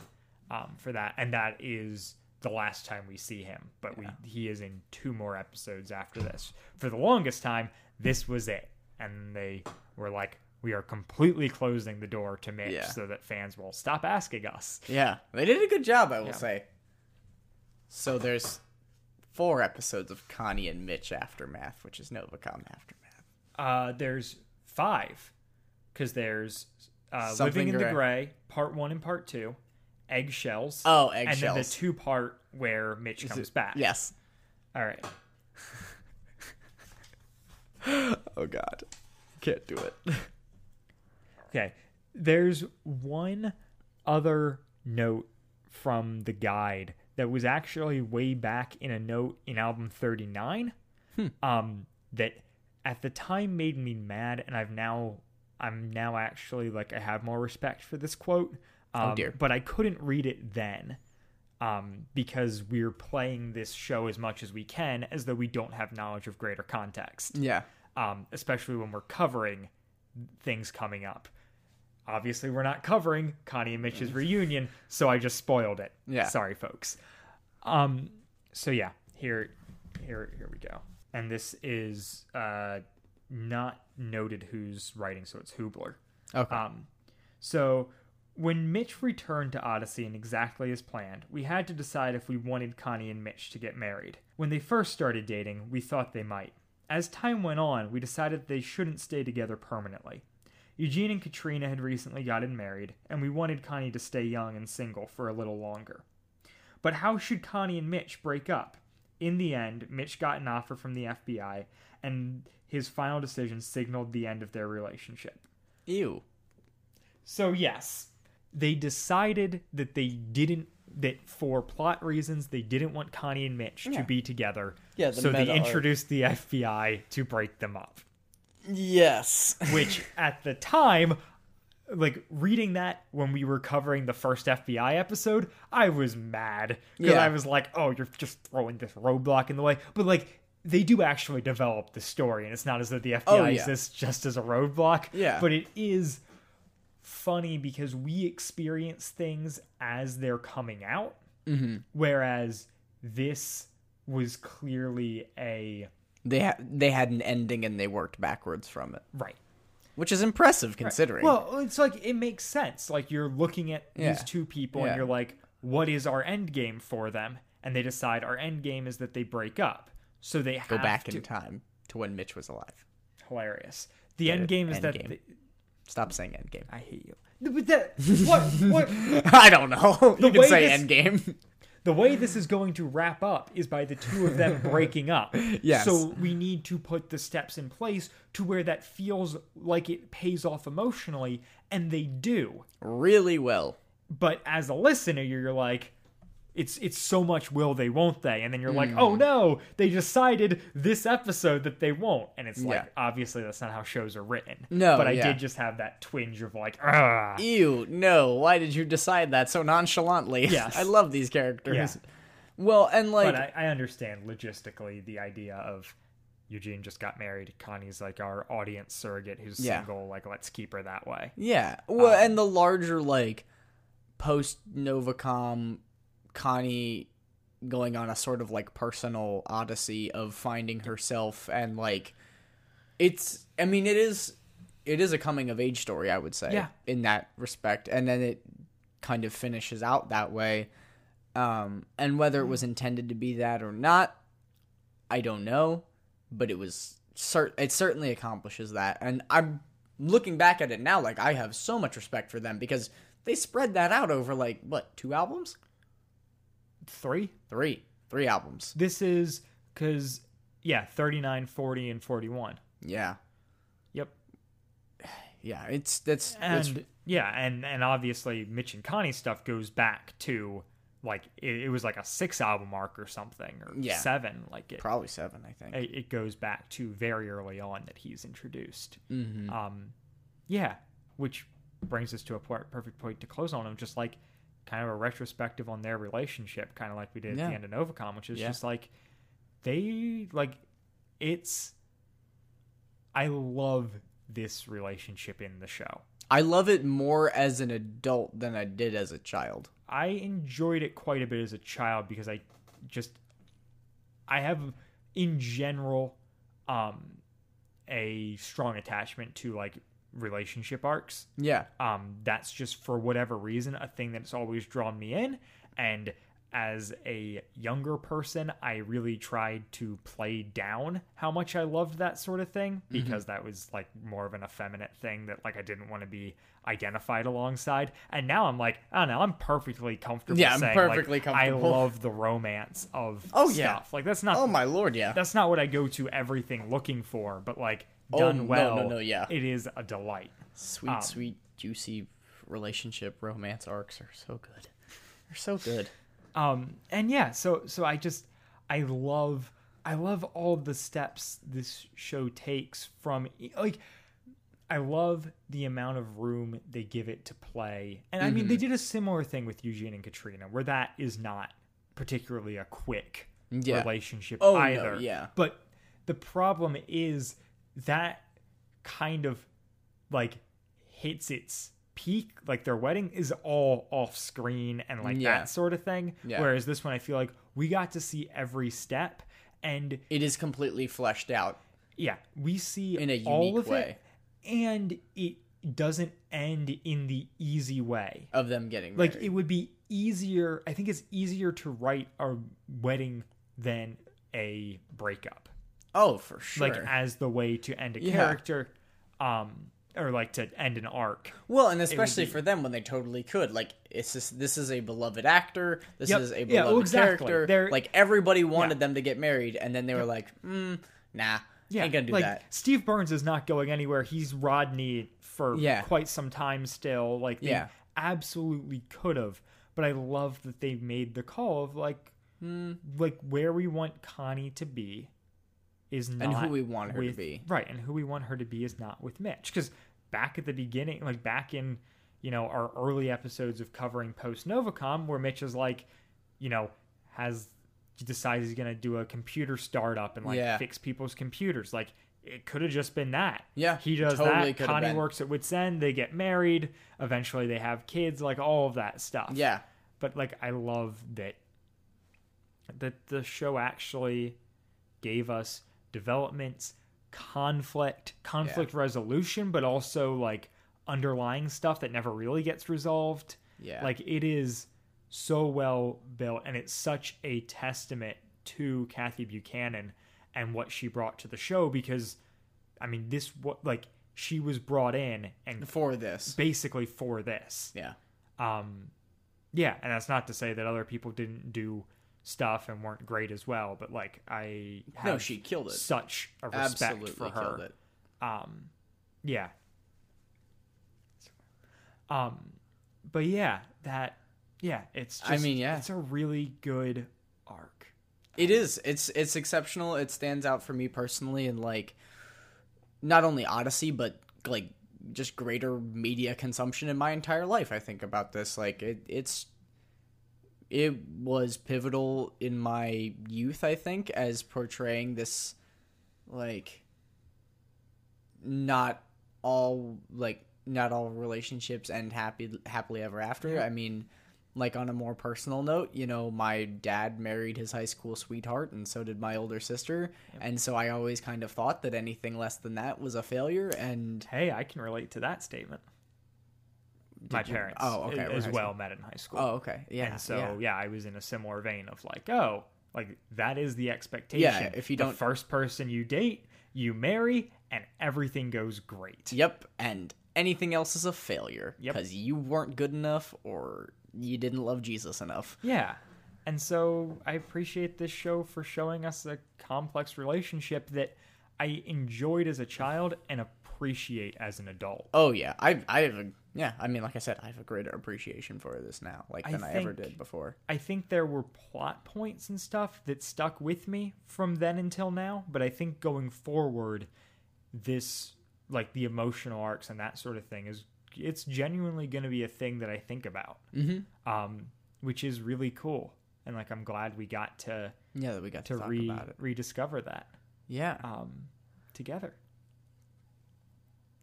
S1: um, for that, and that is the last time we see him. But we he is in two more episodes after this. For the longest time, this was it, and they were like, "We are completely closing the door to Mitch,
S2: Yeah.
S1: so that fans will stop asking us."
S2: Yeah, they did a good job, I will say. So there's four episodes of Connie and Mitch aftermath, which is Novacom aftermath.
S1: Uh, there's five, because there's uh,
S2: Something
S1: Living in the
S2: Gray.
S1: Gray, part one and part two, Eggshells.
S2: Oh,
S1: And then the
S2: Eggshells.
S1: two part where Mitch comes back.
S2: Yes.
S1: All right.
S2: Oh God, can't do it.
S1: Okay. There's one other note from the guide that was actually way back in a note in album 39 um, that at the time made me mad, and I've now I'm now actually like I have more respect for this quote. Um,
S2: dear.
S1: But I couldn't read it then. Um, because we're playing this show as much as we can, as though we don't have knowledge of greater context
S2: Yeah.
S1: um, especially when we're covering things coming up. Obviously, we're not covering Connie and Mitch's reunion, so I just spoiled it.
S2: Yeah.
S1: sorry, folks. Um, so yeah, here, here, here we go. And this is uh, not noted who's writing, so it's Hubler.
S2: Okay.
S1: Um, so when Mitch returned to Odyssey and exactly as planned, we had to decide if we wanted Connie and Mitch to get married. When they first started dating, we thought they might. As time went on, we decided they shouldn't stay together permanently. Eugene and Katrina had recently gotten married, and we wanted Connie to stay young and single for a little longer. But how should Connie and Mitch break up? In the end, Mitch got an offer from the FBI, and his final decision signaled the end of their relationship.
S2: Ew.
S1: So yes, they decided that they didn't that for plot reasons they didn't want Connie and Mitch to be together.
S2: Yeah, the
S1: so they
S2: meta arc.
S1: introduced the FBI to break them up,
S2: Yes.
S1: which at the time like reading that when we were covering the first FBI episode, I was mad because
S2: Yeah.
S1: I was like, "Oh, you're just throwing this roadblock in the way." But like they do actually develop the story, and it's not as though the FBI
S2: Oh, yeah.
S1: exists just as a roadblock.
S2: Yeah.
S1: but it is funny because we experience things as they're coming out,
S2: Mm-hmm.
S1: whereas this was clearly a
S2: They ha- they had an ending and they worked backwards from it,
S1: right.
S2: which is impressive considering.
S1: Well, it's like it makes sense. Like you're looking at
S2: Yeah.
S1: these two people
S2: Yeah.
S1: and you're like, what is our end game for them? And they decide our end game is that they break up. So they have
S2: go back
S1: to
S2: in time to when Mitch was alive.
S1: hilarious. The end game is
S2: end
S1: that
S2: game.
S1: they-
S2: Stop saying endgame.
S1: I hate you. But that what what
S2: I don't know. you
S1: way
S2: can say
S1: this-
S2: endgame.
S1: the way this is going to wrap up is by the two of them breaking up.
S2: Yes.
S1: So we need to put the steps in place to where that feels like it pays off emotionally, and they do.
S2: really well.
S1: but as a listener you're like it's it's so much will they won't they and then you're like
S2: Hmm.
S1: oh no they decided this episode that they won't and it's like
S2: Yeah.
S1: obviously that's not how shows are written
S2: No,
S1: but i
S2: yeah.
S1: did just have that twinge of like ah
S2: Ew, no, why did you decide that so nonchalantly?
S1: Yes.
S2: I love these
S1: yeah.
S2: characters. Well, and like,
S1: but I, I understand logistically the idea of eugene just got married connie's like our audience surrogate who's
S2: Yeah.
S1: single like let's keep her that way
S2: yeah. Well, and the larger, like, post Novacom Connie going on a sort of like personal odyssey of finding herself and like, it's, I mean, it is, it is a coming of age story, I would say,
S1: Yeah.
S2: in that respect. And then it kind of finishes out that way. Um, and whether it was intended to be that or not, I don't know, but it was cer- it certainly accomplishes that. And I'm looking back at it now like I have so much respect for them because they spread that out over like what, two albums?
S1: three
S2: 3. 3 albums.
S1: this is because yeah 39 40 and 41
S2: Yeah.
S1: yep
S2: Yeah, it's that's
S1: and
S2: it's,
S1: yeah and and obviously mitch and connie stuff goes back to like it, it was like a six album arc or something or
S2: Yeah.
S1: seven like it,
S2: Probably seven, I think.
S1: it it goes back to very early on that he's introduced
S2: Mm-hmm. Mm.
S1: um yeah which brings us to a per- perfect point to close on of just like kind of a retrospective on their relationship kind of like we did at
S2: Yeah.
S1: the end of novacom which is
S2: Yeah.
S1: just like they like it's i love this relationship in the show
S2: I love it more as an adult than I did as a child.
S1: I enjoyed it quite a bit as a child because I just I have in general um a strong attachment to like relationship arcs.
S2: Yeah.
S1: Um that's just for whatever reason a thing that's always drawn me in and as a younger person, I really tried to play down how much I loved that sort of thing
S2: Mm-hmm.
S1: because that was like more of an effeminate thing that like I didn't want to be identified alongside. And now I'm like, I don't know, I'm perfectly comfortable.
S2: Yeah, I'm
S1: saying,
S2: perfectly
S1: like,
S2: comfortable.
S1: I love the romance of
S2: Oh,
S1: stuff.
S2: yeah.
S1: Like that's not
S2: Oh my lord, yeah.
S1: that's not what I go to everything looking for, but like done
S2: Oh, no, no,
S1: well,
S2: no, yeah.
S1: it is a delight.
S2: Sweet, sweet, juicy relationship romance arcs are so good. They're so good.
S1: um and yeah so so i just i love i love all the steps this show takes from e, like i love the amount of room they give it to play and i
S2: Mm-hmm.
S1: mean they did a similar thing with eugene and katrina where that is not particularly a quick
S2: Yeah.
S1: relationship
S2: Oh, no,
S1: either
S2: yeah.
S1: but the problem is that kind of like hits its peak like their wedding is all off screen and like
S2: Yeah.
S1: that sort of thing
S2: Yeah.
S1: whereas this one i feel like we got to see every step and
S2: It is completely fleshed out
S1: yeah we see
S2: in a unique
S1: all of
S2: way
S1: it and it doesn't end in the easy way
S2: of them getting
S1: like
S2: married.
S1: it would be easier i think it's easier to write a wedding than a breakup
S2: oh, for sure.
S1: e- like as the way to end a
S2: Yeah.
S1: character um or like to end an arc
S2: well, and especially for them when they totally could. Like it's just this is a beloved actor. This
S1: Yep.
S2: is a
S1: Yeah, well,
S2: beloved
S1: exactly.
S2: character.
S1: They're-
S2: like everybody wanted them to get married, and then they were like, mm, nah, ain't gonna do
S1: like,
S2: that.
S1: Steve Burns is not going anywhere. He's Rodney for
S2: Yeah.
S1: quite some time still. Like they
S2: Yeah.
S1: absolutely could have, but I love that they made the call of like,
S2: Hmm.
S1: like where we want Connie to be is not
S2: who we want her to
S1: with-
S2: be.
S1: right, and who we want her to be is not with Mitch because back at the beginning, like back in you know our early episodes of covering post Novacom, where Mitch is like, you know, has decides he's gonna do a computer startup and like
S2: Yeah.
S1: fix people's computers. Like it could have just been that.
S2: Yeah,
S1: he does
S2: totally
S1: that.
S2: could have
S1: Connie
S2: been.
S1: works at Wits End. They get married. Eventually, they have kids. Like all of that stuff.
S2: Yeah.
S1: But like, I love that that the show actually gave us developments, conflict, conflict resolution, but also like underlying stuff that never really gets resolved.
S2: Yeah.
S1: Like it is so well built and it's such a testament to Kathy Buchanan and what she brought to the show because I mean this what like she was brought in and
S2: For this,
S1: basically for this.
S2: yeah,
S1: Um yeah, and that's not to say that other people didn't do stuff and weren't great as well, but like I have
S2: No, she killed it.
S1: Such a respect
S2: absolutely
S1: for her.
S2: killed it.
S1: Um, yeah. Um, but yeah, that yeah, it's. Just,
S2: I mean, yeah.
S1: it's a really good arc.
S2: It is. It's it's exceptional. It stands out for me personally in like not only Odyssey but like just greater media consumption in my entire life. I think about this like it it's it was pivotal in my youth, I think, as portraying this like not all like not all relationships end happy happily ever after. I mean, like on a more personal note, you know, my dad married his high school sweetheart and so did my older sister, and so I always kind of thought that anything less than that was a failure and
S1: Hey, I can relate to that statement. My parents,
S2: oh, okay,
S1: a-
S2: we're
S1: as
S2: high
S1: well, met in high school.
S2: oh okay. Yeah.
S1: and so
S2: yeah.
S1: yeah. I was in a similar vein of like, oh, like that is the expectation.
S2: if you
S1: The
S2: don't-
S1: first person you date, you marry, and everything goes great.
S2: Yep, and anything else is a failure
S1: Yep.
S2: because you weren't good enough or you didn't love Jesus enough.
S1: Yeah. And so I appreciate this show for showing us a complex relationship that I enjoyed as a child and appreciate as an adult.
S2: Oh yeah, I I have a Yeah, I mean, like I said, I have a greater appreciation for this now, like
S1: I
S2: than I, ever
S1: think-
S2: did before.
S1: I think there were plot points and stuff that stuck with me from then until now, but I think going forward, this like the emotional arcs and that sort of thing is it's genuinely going to be a thing that I think about, mm-hmm. um, which is really cool. And like I'm glad we got to
S2: Yeah, that we got to,
S1: to
S2: talk
S1: re-
S2: about it.
S1: rediscover that
S2: Yeah,
S1: um, together.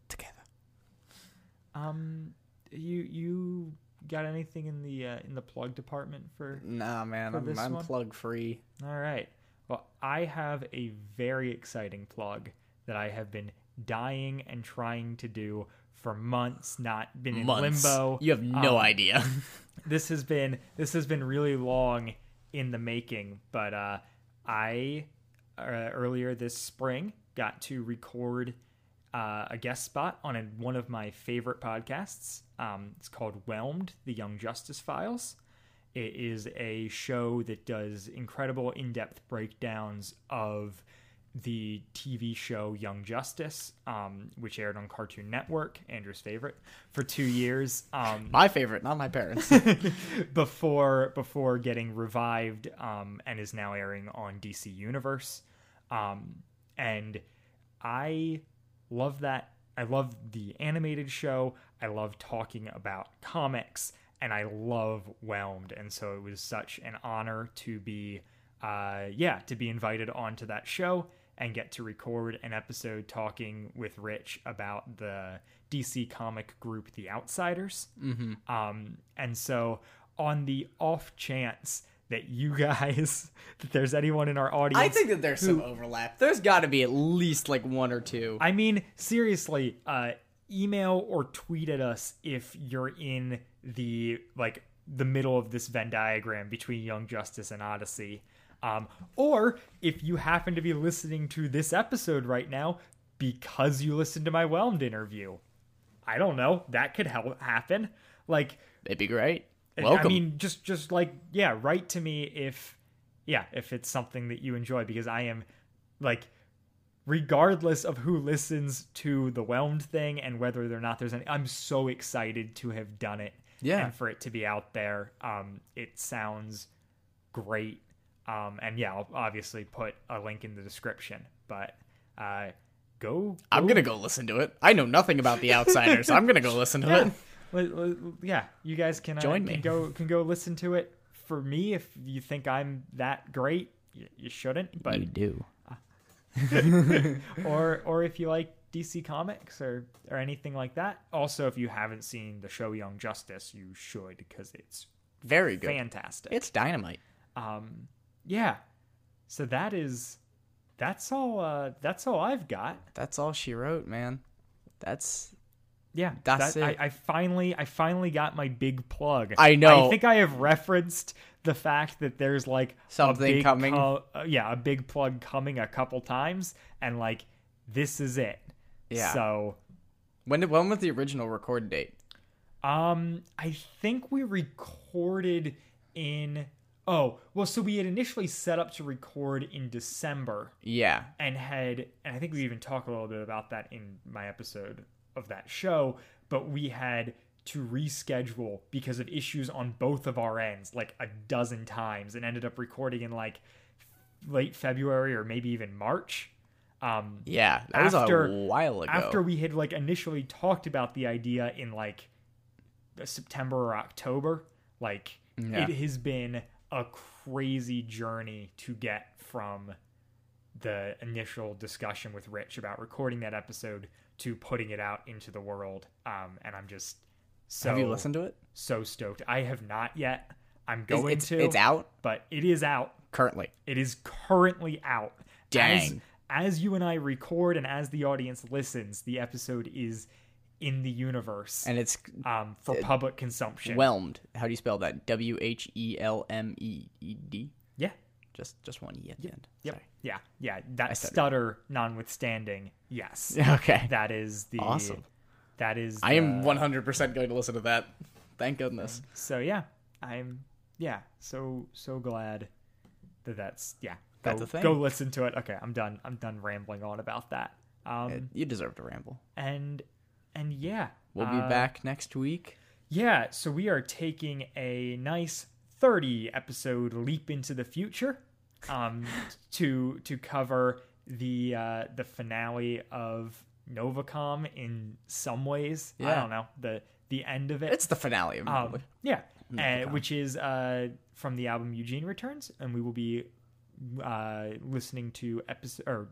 S2: together.
S1: Um, you you got anything in the uh, in the plug department for
S2: Nah, man,
S1: For
S2: I'm,
S1: this
S2: I'm
S1: one?
S2: plug free.
S1: All right. Well, I have a very exciting plug that I have been dying and trying to do for months, not been in limbo.
S2: You have no
S1: Um,
S2: idea.
S1: This has been this has been really long in the making, but uh I uh, earlier this spring got to record uh, a guest spot on a, one of my favorite podcasts. Um, it's called Whelmed: The Young Justice Files. It is a show that does incredible in depth breakdowns of the TV show Young Justice, um, which aired on Cartoon Network, Andrew's favorite, for two years um,
S2: my favorite, not my parents.
S1: before before getting revived um, and is now airing on DC Universe. Um, and I love that. I love the animated show. I love talking about comics, and I love Whelmed. And so it was such an honor to be, uh, yeah, to be invited onto that show and get to record an episode talking with Rich about the DC comic group The Outsiders.
S2: Mm-hmm.
S1: Um, and so, on the off chance that you guys, that there's anyone in our audience,
S2: I think that there's some overlap. There's got to be at least like one or two.
S1: I mean, seriously, uh, email or tweet at us if you're in the like the middle of this Venn diagram between Young Justice and Odyssey. Um, or if you happen to be listening to this episode right now because you listened to my whelmed interview. I don't know. That could help happen. Like
S2: It'd be great.
S1: I-
S2: Welcome.
S1: I mean, just just like yeah, write to me if yeah, if it's something that you enjoy because I am like regardless of who listens to the whelmed thing and whether or not there's any I'm so excited to have done it.
S2: Yeah.
S1: And for it to be out there. Um it sounds great. Um and yeah, I'll obviously put a link in the description. But uh go
S2: I'm gonna go listen to it. I know nothing about the outsiders. I'm gonna go listen to
S1: yeah.
S2: it.
S1: Let- let- yeah, you guys can uh,
S2: Join
S1: can
S2: me.
S1: Go can go listen to it. For me, if you think I'm that great, you, you shouldn't. But
S2: do.
S1: or or if you like DC Comics or or anything like that. Also, if you haven't seen the show Young Justice, you should because it's
S2: Very good.
S1: fantastic.
S2: It's dynamite.
S1: um, yeah. So that is that's all. Uh, that's all I've got.
S2: That's all she wrote, man. That's
S1: Yeah,
S2: That's
S1: that-
S2: it.
S1: I, I finally, I finally got my big plug.
S2: I know.
S1: I think I have referenced the fact that there's like a
S2: Something
S1: big
S2: coming.
S1: co- uh, yeah, a big plug coming a couple times, and like this is it.
S2: Yeah.
S1: So,
S2: when did, when was the original record date?
S1: um, I think we recorded in. Oh well, so we had initially set up to record in December.
S2: Yeah.
S1: and had and I think we even talked a little bit about that in my episode of that show, but we had to reschedule because of issues on both of our ends like a dozen times and ended up recording in like late February or maybe even March. Um
S2: Yeah. That
S1: After-
S2: was a while ago.
S1: after we had like initially talked about the idea in like September or October, like
S2: Yeah.
S1: it has been a crazy journey to get from the initial discussion with Rich about recording that episode to putting it out into the world. Um, and I'm just so
S2: Have you listened to it?
S1: so stoked. I have not yet. I'm
S2: Is-
S1: going
S2: it's,
S1: to.
S2: it's out
S1: but it is out.
S2: currently.
S1: It is currently out. As,
S2: Dang.
S1: as you and I record and as the audience listens, the episode is in the universe
S2: And it's
S1: um, for public consumption.
S2: whelmed. How do you spell that? W H E L M E E D.
S1: yeah.
S2: Just just one E at the end.
S1: Yep. Yeah. Yeah. That
S2: stuttered.
S1: stutter notwithstanding, yes.
S2: Sorry. Okay.
S1: That is the.
S2: Awesome.
S1: That is.
S2: I am
S1: the-
S2: 100% going to listen to that. Thank goodness.
S1: So, yeah. I'm. Yeah. So, so glad that that's. Yeah.
S2: That's
S1: go,
S2: a thing.
S1: Go listen to it. Okay. I'm done. I'm done rambling on about that. Um,
S2: You deserve to ramble.
S1: and and yeah um,
S2: We'll be back next week.
S1: Yeah, so we are taking a nice 30 episode leap into the future um, to to cover the uh, the finale of Novacom in some ways. I
S2: Yeah.
S1: don't know the the end of it.
S2: It's the finale.
S1: um,
S2: probably.
S1: yeah, uh, which is uh, from the album Eugene Returns, and we will be uh, listening to episode or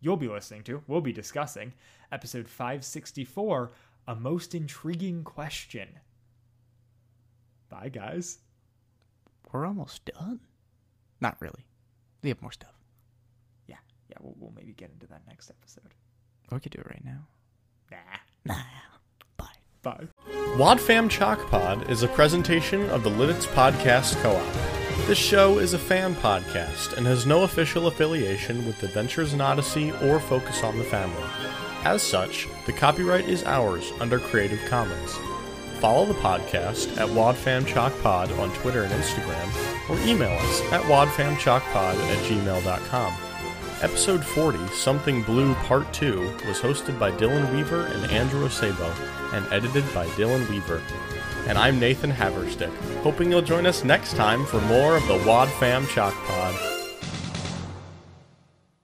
S1: you'll be listening to we'll be discussing episode 564 a most intriguing question bye guys
S2: We're almost done. Not really. We have more stuff.
S1: yeah yeah we'll, we'll maybe get into that next episode
S2: Or we could do it right now.
S1: nah
S2: Nah. Bye.
S1: bye
S6: Wadfam Chalk Pod is a presentation of the Lidditz Podcast Co op. This show is a fan podcast and has no official affiliation with Adventures in Odyssey or Focus on the Family. As such, the copyright is ours under Creative Commons. Follow the podcast at Wadfam Chalk Pod on Twitter and Instagram, or email us at wadfamchalkpod at gmail.com. Episode 40, Something Blue Part 2, was hosted by Dylan Weaver and Andrew Osebo and edited by Dylan Weaver. And I'm Nathan Haverstick, hoping you'll join us next time for more of the Wad Fam Chalk Pod.